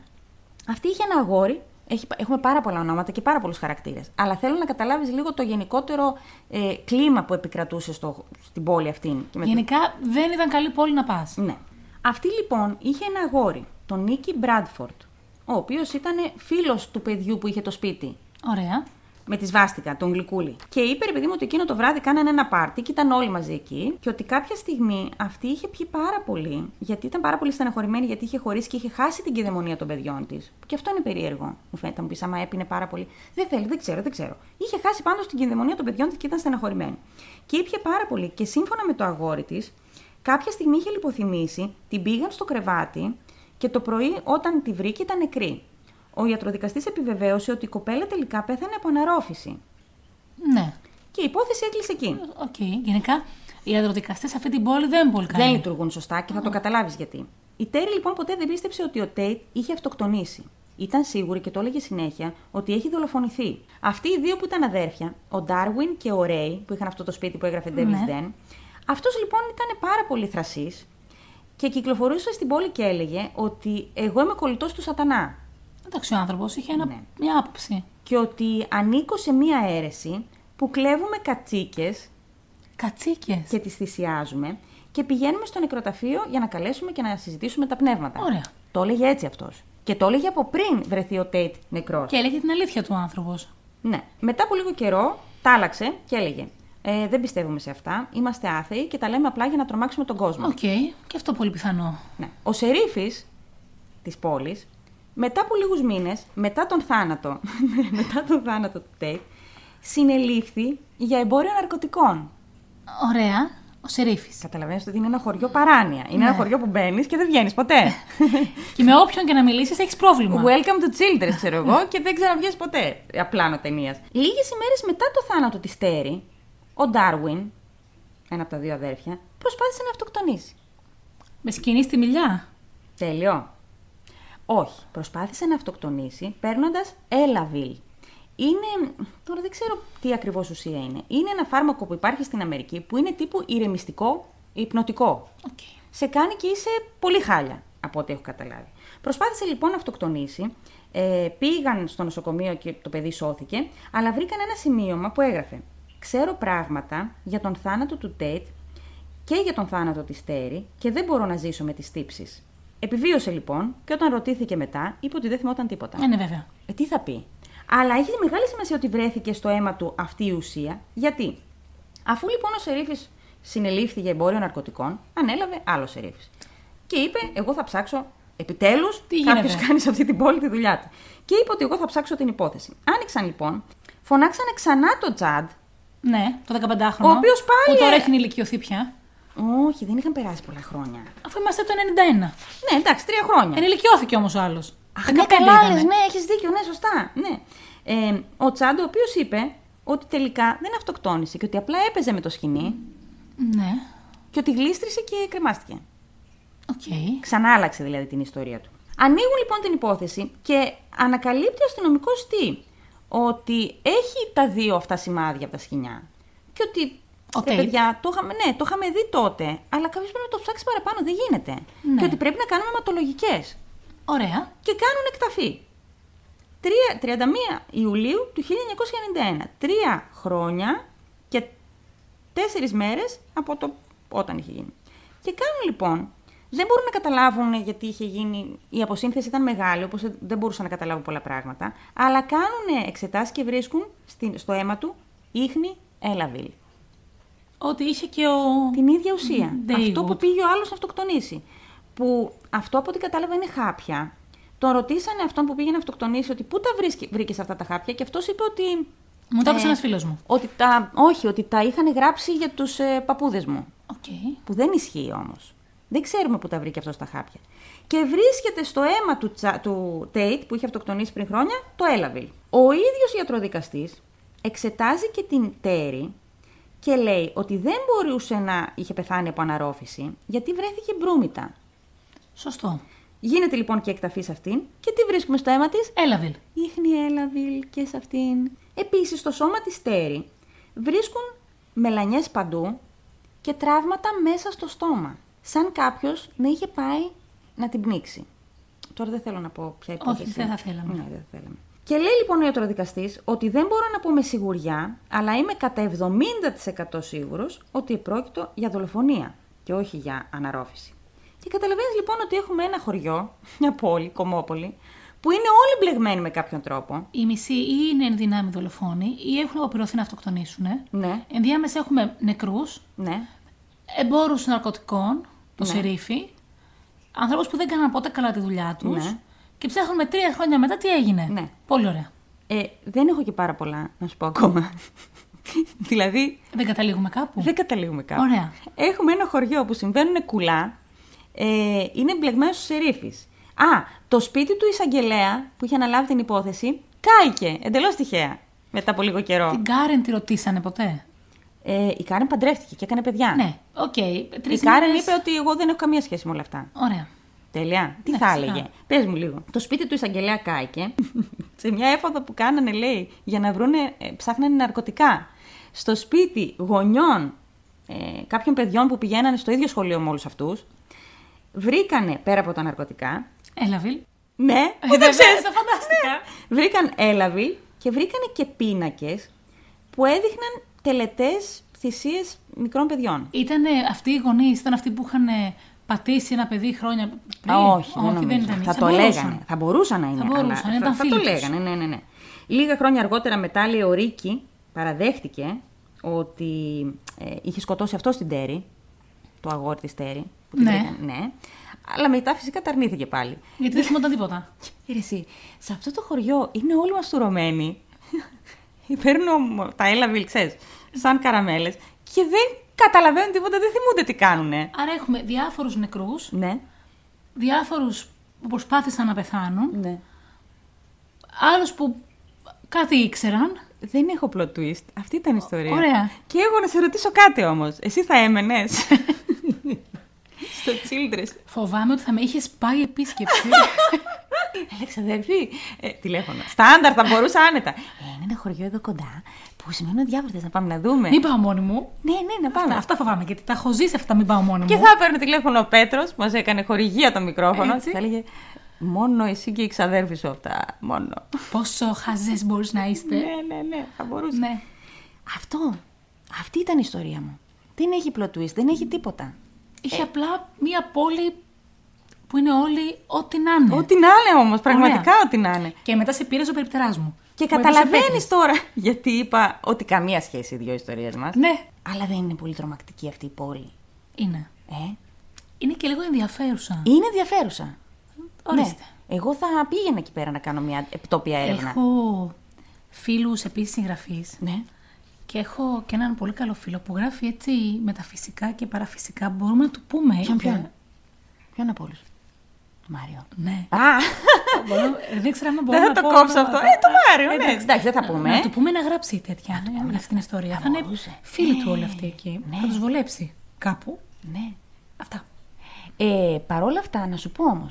Speaker 1: Αυτή είχε ένα αγόρι. Έχει, έχουμε πάρα πολλά ονόματα και πάρα πολλούς χαρακτήρες. Αλλά θέλω να καταλάβεις λίγο το γενικότερο ε, κλίμα που επικρατούσε στο, στην πόλη αυτή. Και με το-
Speaker 2: Γενικά δεν ήταν καλή πόλη να πας.
Speaker 1: Ναι. Αυτή λοιπόν είχε ένα αγόρι, τον Νίκη Μπράντφορντ, ο οποίος ήταν φίλος του παιδιού που είχε το σπίτι.
Speaker 2: Ωραία.
Speaker 1: Με τη σβάστηκα, τον γλυκούλη. Και είπε, ρε παιδί μου, ότι εκείνο το βράδυ κάνανε ένα πάρτι και ήταν όλοι μαζί εκεί. Και ότι κάποια στιγμή αυτή είχε πιει πάρα πολύ, γιατί ήταν πάρα πολύ στεναχωρημένη, γιατί είχε χωρίσει και είχε χάσει την κυδαιμονία των παιδιών της. Και αυτό είναι περίεργο, μου φαίνεται. Μου πεις, άμα έπινε πάρα πολύ. Δεν θέλει, δεν ξέρω, δεν ξέρω. Είχε χάσει πάντω την κυδαιμονία των παιδιών της και ήταν στεναχωρημένη. Και ήπια πάρα πολύ. Και σύμφωνα με το αγόρι της, κάποια στιγμή είχε λιποθυμήσει, την πήγαν στο κρεβάτι και το πρωί όταν τη βρήκε ήταν νεκρή. Ο ιατροδικαστής επιβεβαίωσε ότι η κοπέλα τελικά πέθανε από αναρρόφηση.
Speaker 2: Ναι.
Speaker 1: Και η υπόθεση έκλεισε εκεί.
Speaker 2: Οκ. Γενικά οι ιατροδικαστές σε αυτή την πόλη δεν είναι πολύ καλοί.
Speaker 1: Δεν λειτουργούν σωστά και θα το καταλάβεις γιατί. Η Τέρι λοιπόν ποτέ δεν πίστεψε ότι ο Τέιτ είχε αυτοκτονήσει. Ήταν σίγουρη και το έλεγε συνέχεια ότι έχει δολοφονηθεί. Αυτοί οι δύο που ήταν αδέρφια, ο Ντάρουιν και ο Ρέι, που είχαν αυτό το σπίτι που έγραφε Devil's
Speaker 2: Ναι.
Speaker 1: Den, αυτός λοιπόν ήταν πάρα πολύ θρασής και κυκλοφορούσε στην πόλη και έλεγε ότι εγώ είμαι κολλητός του Σατανά.
Speaker 2: Εντάξει, ο άνθρωπος είχε ένα...
Speaker 1: Ναι.
Speaker 2: μια άποψη.
Speaker 1: Και ότι ανήκω σε μία αίρεση που κλέβουμε κατσίκες
Speaker 2: Κατσίκες.
Speaker 1: και τις θυσιάζουμε και πηγαίνουμε στο νεκροταφείο για να καλέσουμε και να συζητήσουμε τα πνεύματα.
Speaker 2: Ωραία.
Speaker 1: Το έλεγε έτσι αυτός. Και το έλεγε από πριν βρεθεί ο Τέιτ νεκρός.
Speaker 2: Και έλεγε την αλήθεια του άνθρωπος.
Speaker 1: Ναι. Μετά από λίγο καιρό τα άλλαξε και έλεγε «Ε, δεν πιστεύουμε σε αυτά, είμαστε άθεοι και τα λέμε απλά για να τρομάξουμε τον κόσμο.
Speaker 2: Οκ. Και αυτό πολύ πιθανό.
Speaker 1: Ναι. Ο Σερίφης της πόλης, μετά από λίγους μήνες, μετά τον θάνατο, ναι, μετά τον θάνατο του Τέιτ, συνελήφθη για εμπόριο ναρκωτικών.
Speaker 2: Ωραία. Ο Σερίφης.
Speaker 1: Καταλαβαίνεις ότι είναι ένα χωριό παράνοια. Είναι ένα
Speaker 2: Ναι.
Speaker 1: χωριό που μπαίνεις και δεν βγαίνεις ποτέ.
Speaker 2: και με όποιον και να μιλήσεις έχεις πρόβλημα.
Speaker 1: Welcome to Children, ξέρω εγώ, και δεν ξαναβγαίνεις ποτέ. Απλάνο ταινίας. Λίγες ημέρες μετά το θάνατο της Τέρι, ο Ντάρουιν, ένα από τα δύο αδέρφια, προσπάθησε να αυτοκτονήσει.
Speaker 2: Με σκηνή στη μιλιά.
Speaker 1: Τέλειο. Όχι. Προσπάθησε να αυτοκτονήσει παίρνοντας Έλαβιλ. Είναι. Τώρα δεν ξέρω τι ακριβώς ουσία είναι. Είναι ένα φάρμακο που υπάρχει στην Αμερική που είναι τύπου ηρεμιστικό, υπνοτικό.
Speaker 2: Οκ.
Speaker 1: σε κάνει και είσαι πολύ χάλια, από ό,τι έχω καταλάβει. Προσπάθησε λοιπόν να αυτοκτονήσει. Ε, πήγαν στο νοσοκομείο και το παιδί σώθηκε, αλλά βρήκαν ένα σημείωμα που έγραφε «Ξέρω πράγματα για τον θάνατο του Τέιτ και για τον θάνατο της Τέρι και δεν μπορώ να ζήσω με τις τύψεις». Επιβίωσε λοιπόν και όταν ρωτήθηκε μετά, είπε ότι δεν θυμόταν τίποτα.
Speaker 2: Ε, ναι, βέβαια.
Speaker 1: Ε, τι θα πει. Αλλά έχει μεγάλη σημασία ότι βρέθηκε στο αίμα του αυτή η ουσία. Γιατί. Αφού λοιπόν ο Σερίφης συνελήφθη για εμπόριο ναρκωτικών, ανέλαβε άλλο Σερίφης. Και είπε: Εγώ θα ψάξω Επιτέλους,
Speaker 2: Τι
Speaker 1: κάποιο
Speaker 2: γίνεται?
Speaker 1: κάνει σε αυτή την πόλη τη δουλειά του. Και είπε ότι εγώ θα ψάξω την υπόθεση. Άνοιξαν λοιπόν, φωνάξανε ξανά το Τζαντ.
Speaker 2: Ναι, το 15χρονο.
Speaker 1: Ο οποίος πάλι,
Speaker 2: Που τώρα
Speaker 1: ε,
Speaker 2: έχει ηλικιωθεί πια.
Speaker 1: Όχι, δεν είχαν περάσει πολλά χρόνια.
Speaker 2: Αφού είμαστε από το 91.
Speaker 1: Ναι, εντάξει, τρία χρόνια.
Speaker 2: Ενηλικιώθηκε όμως ο άλλος.
Speaker 1: Αχ, ναι, καλά, λες, ναι, έχεις δίκιο, ναι, σωστά. Ναι. Ε, ο Τσάντ, ο οποίος είπε ότι τελικά δεν αυτοκτόνησε και ότι απλά έπαιζε με το σκηνή
Speaker 2: Ναι,
Speaker 1: και ότι γλίστρησε και κρεμάστηκε.
Speaker 2: οκ.
Speaker 1: Ξανά άλλαξε δηλαδή την ιστορία του. Ανοίγουν λοιπόν την υπόθεση και ανακαλύπτει ο αστυνομικός τι. Ότι έχει τα δύο αυτά σημάδια από τα σκηνιά. Και ότι.
Speaker 2: Ο
Speaker 1: «Ρε,
Speaker 2: tape.
Speaker 1: παιδιά, το είχαμε, ναι, το είχαμε δει τότε, αλλά κάποιος πρέπει να το ψάξει παραπάνω, δεν γίνεται.
Speaker 2: Ναι.
Speaker 1: Και ότι πρέπει να κάνουμε ματολογικέ.
Speaker 2: Ωραία.
Speaker 1: και κάνουν εκταφή. Τρία- 31 Ιουλίου του 1991. Τρία χρόνια και τέσσερις μέρες από το όταν είχε γίνει. Και κάνουν λοιπόν, δεν μπορούν να καταλάβουν γιατί είχε γίνει, η αποσύνθεση ήταν μεγάλη, όπως δεν μπορούσαν να καταλάβουν πολλά πράγματα, αλλά κάνουν εξετάσεις και βρίσκουν στην- στο αίμα του ίχνη έλαβιλ.
Speaker 2: Ότι είχε και ο.
Speaker 1: Την ίδια ουσία.
Speaker 2: Μμμ, David.
Speaker 1: Αυτό που πήγε ο άλλος να αυτοκτονήσει. Που αυτό από ό,τι κατάλαβα είναι χάπια. Τον ρωτήσανε αυτόν που πήγε να αυτοκτονήσει ότι πού τα βρήκες αυτά τα χάπια και αυτός είπε ότι.
Speaker 2: Μου το έδωσε
Speaker 1: Ε.
Speaker 2: ένας φίλος μου.
Speaker 1: ότι τα, όχι, ότι τα είχαν γράψει για τους ε, παππούδες μου.
Speaker 2: Οκ.
Speaker 1: Που δεν ισχύει όμως. Δεν ξέρουμε πού τα βρήκε αυτός τα χάπια. Και βρίσκεται στο αίμα του, Τσα- του Τέιτ που είχε αυτοκτονήσει πριν χρόνια το Έλαβιλ. Ο ίδιος ιατροδικαστής εξετάζει και την τέρη και λέει ότι δεν μπορούσε να είχε πεθάνει από αναρρόφηση γιατί βρέθηκε μπρούμητα.
Speaker 2: Σωστό.
Speaker 1: Γίνεται λοιπόν και εκταφή σε αυτήν και τι βρίσκουμε στο αίμα της
Speaker 2: Έλαβε.
Speaker 1: ίχνη έλαβιλ και σε αυτήν. Επίσης, στο σώμα της στέρη βρίσκουν μελανιές παντού και τραύματα μέσα στο στόμα. Σαν κάποιος να είχε πάει να την πνίξει. Τώρα δεν θέλω να πω ποια υπόθεση.
Speaker 2: δεν θα θέλαμε.
Speaker 1: Ναι, δεν θα θέλαμε. Και λέει λοιπόν ο ιατροδικαστής ότι δεν μπορώ να πω με σιγουριά, αλλά είμαι κατά 70% σίγουρος ότι επρόκειτο για δολοφονία και όχι για αναρρόφηση. Και καταλαβαίνεις λοιπόν ότι έχουμε ένα χωριό, μια πόλη, κομμόπολη, που είναι όλοι μπλεγμένοι με κάποιον τρόπο.
Speaker 2: Οι μισοί ή είναι εν δυνάμει δολοφόνοι ή έχουν αποπειρωθεί να αυτοκτονήσουν.
Speaker 1: Ναι,
Speaker 2: Ενδιάμεσα έχουμε νεκρούς,
Speaker 1: ναι.
Speaker 2: εμπόρους ναρκωτικών, το
Speaker 1: Ναι.
Speaker 2: σερίφι, ανθρώπους που δεν κάναν ποτέ καλά τη δουλειά τους.
Speaker 1: Ναι.
Speaker 2: Και ψάχνουμε τρία χρόνια μετά τι έγινε.
Speaker 1: Ναι.
Speaker 2: Πολύ ωραία.
Speaker 1: Ε, δεν έχω και πάρα πολλά να σου πω ακόμα. δηλαδή,
Speaker 2: Δεν καταλήγουμε κάπου.
Speaker 1: δεν καταλήγουμε κάπου.
Speaker 2: Ωραία.
Speaker 1: Έχουμε ένα χωριό που συμβαίνουν κουλά. Ε, είναι μπλεγμένος στου σερίφη. Α, το σπίτι του εισαγγελέα που είχε αναλάβει την υπόθεση κάηκε εντελώς τυχαία μετά από λίγο καιρό.
Speaker 2: Την Κάρεν τη ρωτήσανε ποτέ.
Speaker 1: Ε, η Κάρεν παντρεύτηκε και έκανε παιδιά.
Speaker 2: Ναι, οκ.
Speaker 1: Η
Speaker 2: Τρεις
Speaker 1: Κάρεν
Speaker 2: μέρες-
Speaker 1: είπε ότι εγώ δεν έχω καμία σχέση με όλα αυτά.
Speaker 2: Ωραία.
Speaker 1: Τέλεια. Τι
Speaker 2: Ναι,
Speaker 1: θα
Speaker 2: φυσικά.
Speaker 1: έλεγε. Πες μου λίγο. Το σπίτι του εισαγγελέα κάηκε. σε μια έφοδο που κάνανε, λέει, για να βρούνε, ε, ψάχνανε ναρκωτικά. Στο σπίτι γονιών ε, κάποιων παιδιών που πηγαίνανε στο ίδιο σχολείο με όλους αυτούς, βρήκανε πέρα από τα ναρκωτικά.
Speaker 2: Έλαβιλ.
Speaker 1: Ναι,
Speaker 2: Ε,
Speaker 1: που δεν
Speaker 2: βέβαια,
Speaker 1: ξέρεις.
Speaker 2: το φαντάστηκα.
Speaker 1: Ναι. Βρήκαν έλαβη και βρήκανε και πίνακες που έδειχναν τελετές θυσίες μικρών παιδιών.
Speaker 2: Ήταν αυτοί οι γονείς, ήταν αυτοί που είχαν ε, πατήσει ένα παιδί χρόνια πριν.
Speaker 1: Α, όχι, δεν νομίζω.
Speaker 2: ήταν.
Speaker 1: Θα,
Speaker 2: Θα
Speaker 1: το
Speaker 2: μπορούσαν.
Speaker 1: λέγανε. Θα μπορούσαν να είναι.
Speaker 2: Θα μπορούσαν,
Speaker 1: αλλά θα,
Speaker 2: ήταν
Speaker 1: θα το
Speaker 2: φίλοι τους.
Speaker 1: λέγανε, ναι, ναι, ναι. Λίγα χρόνια αργότερα μετά, λέει, ο Ρίκη παραδέχτηκε ότι ε, είχε σκοτώσει αυτό στην Τέρη, το αγόρι της Τέρη. Που την
Speaker 2: Ναι.
Speaker 1: βρήκαν, ναι. Αλλά μετά φυσικά τα αρνήθηκε πάλι.
Speaker 2: Γιατί δεν θυμόταν τίποτα.
Speaker 1: Ρε Εσύ, σε αυτό το χωριό είναι όλοι μαστουρωμένοι. Παίρνω μ- τα έλαβιλ, ξέρεις, σαν καραμέλες και δεν καταλαβαίνουν τίποτα, δεν θυμούνται τι κάνουνε.
Speaker 2: Άρα έχουμε διάφορους νεκρούς,
Speaker 1: Ναι,
Speaker 2: διάφορους που προσπάθησαν να πεθάνουν,
Speaker 1: ναι.
Speaker 2: άλλους που κάτι ήξεραν.
Speaker 1: Δεν έχω plot twist. Αυτή ήταν η ιστορία.
Speaker 2: ωραία.
Speaker 1: Και εγώ να σε ρωτήσω κάτι όμως. Εσύ θα έμενες. Στο Childress.
Speaker 2: Φοβάμαι ότι θα με είχες πάει επίσκεψη.
Speaker 1: Ναι. Έλεξα, αδερφή. Ε, τηλέφωνο. Στάνταρ, θα μπορούσα άνετα. Ε, είναι ένα χωριό εδώ κοντά που σημαίνουν διάβρτε να πάμε να δούμε.
Speaker 2: μην πάω μόνη μου.
Speaker 1: Ναι, ναι, να πάμε.
Speaker 2: Αυτά, αυτά φοβάμαι γιατί τα έχω ζήσει αυτά. Μην πάω μόνη
Speaker 1: Και
Speaker 2: μου.
Speaker 1: θα παίρνει τηλέφωνο ο Πέτρος που μας έκανε χορηγία το μικρόφωνο.
Speaker 2: Έτσι.
Speaker 1: Και θα έλεγε Μόνο εσύ και η ξαδέρφη σου αυτά. Μόνο.
Speaker 2: Πόσο χαζές μπορείς να είστε.
Speaker 1: ναι, ναι, ναι, θα μπορούσε.
Speaker 2: ναι.
Speaker 1: Αυτό. Αυτή ήταν η ιστορία μου. Δεν έχει plot twist, δεν έχει τίποτα.
Speaker 2: Είχε
Speaker 1: Ε.
Speaker 2: απλά μία πόλη που είναι όλοι ό,τι να είναι.
Speaker 1: Ό,τι να είναι όμως, πραγματικά ό,τι να είναι.
Speaker 2: Και μετά σε πήρε ο περιπτεράς μου.
Speaker 1: Και
Speaker 2: Που
Speaker 1: καταλαβαίνει
Speaker 2: επίσης
Speaker 1: τώρα γιατί είπα ότι καμία σχέση οι δύο ιστορίες μας.
Speaker 2: επέτρεψε. Ναι.
Speaker 1: Αλλά δεν είναι πολύ τρομακτική αυτή η πόλη.
Speaker 2: Είναι.
Speaker 1: Ε?
Speaker 2: Είναι και λίγο ενδιαφέρουσα.
Speaker 1: ναι. Είναι ενδιαφέρουσα.
Speaker 2: Ορίστε.
Speaker 1: Ναι. Εγώ θα πήγαινα εκεί πέρα να κάνω μια επιτόπια έρευνα.
Speaker 2: Έχω φίλους επίσης συγγραφείς
Speaker 1: Ναι.
Speaker 2: και έχω και έναν πολύ καλό φίλο που γράφει έτσι μεταφυσικά και παραφυσικά. Μπορούμε να του πούμε.
Speaker 1: Ποιον,
Speaker 2: για-
Speaker 1: ποιον? Ποιον από όλους. Μάριο.
Speaker 2: Ναι.
Speaker 1: Α!
Speaker 2: Μπορώ- ε, δεν ξέρω αν μπορώ
Speaker 1: Δεν θα
Speaker 2: να
Speaker 1: το
Speaker 2: πω
Speaker 1: κόψω
Speaker 2: ονόματα.
Speaker 1: αυτό. Ε, το Μάριο, ναι.
Speaker 2: Εντάξει.
Speaker 1: Εντάξει, δεν θα πούμε.
Speaker 2: Να του πούμε να γράψει τέτοια ε, για αυτή την ιστορία.
Speaker 1: Θα
Speaker 2: Θα είναι
Speaker 1: μπορούσε.
Speaker 2: φίλοι
Speaker 1: Ναι.
Speaker 2: του όλοι αυτοί εκεί.
Speaker 1: Ναι.
Speaker 2: Θα τους βολέψει κάπου.
Speaker 1: Ναι.
Speaker 2: Αυτά.
Speaker 1: Ε, Παρ' όλα αυτά, να σου πω όμως,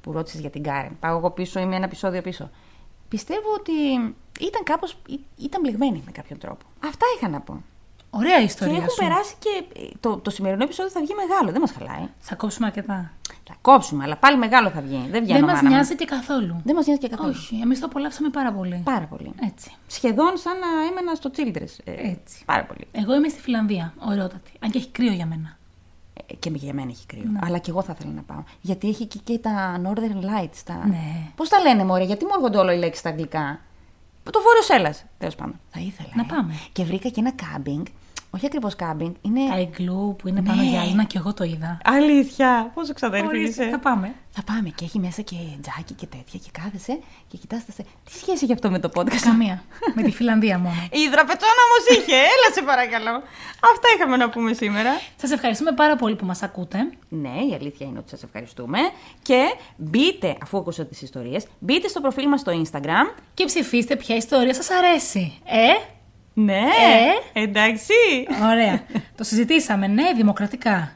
Speaker 1: που ρώτησες για την Κάρεν, πάω εγώ πίσω, είμαι ένα επεισόδιο πίσω. Πιστεύω ότι ήταν κάπως. ήταν μπλεγμένη με κάποιον τρόπο. Αυτά είχα να πω.
Speaker 2: Ωραία η
Speaker 1: και
Speaker 2: ιστορία.
Speaker 1: έχουν
Speaker 2: σου.
Speaker 1: περάσει και. ε, Το, το σημερινό επεισόδιο θα βγει μεγάλο, δεν μας χαλάει.
Speaker 2: Θα κόψουμε αρκετά.
Speaker 1: Θα κόψουμε, αλλά πάλι μεγάλο θα βγει. Δεν βγαίνει
Speaker 2: δεν μας νοιάζει και καθόλου.
Speaker 1: Δεν μας νοιάζει και καθόλου.
Speaker 2: Όχι, εμείς το απολαύσαμε πάρα πολύ.
Speaker 1: Πάρα πολύ.
Speaker 2: Έτσι.
Speaker 1: Σχεδόν σαν να έμενα στο Childress. Ε,
Speaker 2: Έτσι.
Speaker 1: Πάρα πολύ.
Speaker 2: Εγώ είμαι στη Φιλανδία, ωραιότατη. Αν και έχει κρύο για μένα.
Speaker 1: Ε, και για μένα έχει κρύο. Αλλά και εγώ θα ήθελα να πάω. Γιατί έχει και, και τα Northern Lights. Τα...
Speaker 2: Ναι.
Speaker 1: Πώς τα λένε, Μωρέ, γιατί μου έρχονται όλο οι λέξεις στα αγγλικά. Το Βόρειος Σέλλα, τέλος πάντων. Θα ήθελα.
Speaker 2: Να
Speaker 1: ε.
Speaker 2: πάμε.
Speaker 1: Και βρήκα και ένα κάμπινγκ. Όχι ακριβώς κάμπινγκ, είναι.
Speaker 2: Τα εγκλού που είναι πάνω
Speaker 1: Ναι.
Speaker 2: γυάλινα και εγώ το είδα.
Speaker 1: Αλήθεια! Πόσο
Speaker 2: Ορίστε, θα πάμε.
Speaker 1: Θα πάμε και έχει μέσα και τζάκι και τέτοια και κάθεσαι και κοιτάστε. σε- Τι σχέση έχει αυτό με το podcast.
Speaker 2: Καμία. Με τη Φιλανδία μόνο.
Speaker 1: Η υδραπετσόνα όμως είχε, έλα σε παρακαλώ. Αυτά είχαμε να πούμε σήμερα.
Speaker 2: Σας ευχαριστούμε πάρα πολύ που μας ακούτε.
Speaker 1: Ναι, η αλήθεια είναι ότι σας ευχαριστούμε. Και μπείτε, αφού ακούσατε τις ιστορίες, μπείτε στο προφίλ μας στο Instagram.
Speaker 2: Και ψηφίστε ποια ιστορία σας αρέσει. Ε,
Speaker 1: Ναι,
Speaker 2: Ε.
Speaker 1: εντάξει.
Speaker 2: ωραία. το συζητήσαμε, ναι, δημοκρατικά.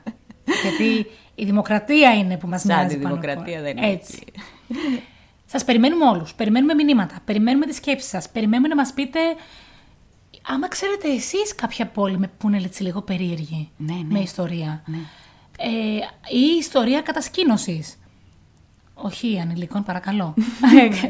Speaker 2: Γιατί η δημοκρατία είναι που μας
Speaker 1: Σαν
Speaker 2: νοιάζει
Speaker 1: τη
Speaker 2: πάνω
Speaker 1: δημοκρατία
Speaker 2: απ'
Speaker 1: δεν
Speaker 2: όλα.
Speaker 1: είναι
Speaker 2: Έτσι. Σας περιμένουμε όλους. Περιμένουμε μηνύματα. Περιμένουμε τις σκέψεις σας. Περιμένουμε να μας πείτε άμα ξέρετε εσείς κάποια πόλη με- που είναι έτσι λίγο περίεργη
Speaker 1: Ναι, ναι.
Speaker 2: με ιστορία. Ε, ή ιστορία κατασκήνωσης. Όχι ανηλικών, παρακαλώ.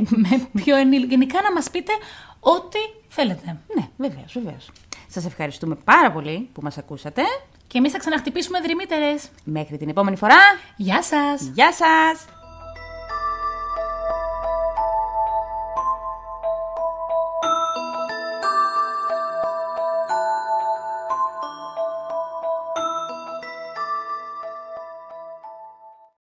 Speaker 2: με πιο ενήλ... Γενικά να μας πείτε ό,τι θέλετε.
Speaker 1: Ναι, βεβαίως, βεβαίως. Σας ευχαριστούμε πάρα πολύ που μας ακούσατε.
Speaker 2: Και εμείς θα ξαναχτυπήσουμε δρυμύτερες.
Speaker 1: Μέχρι την επόμενη φορά,
Speaker 2: Γεια σας!
Speaker 1: γεια σας!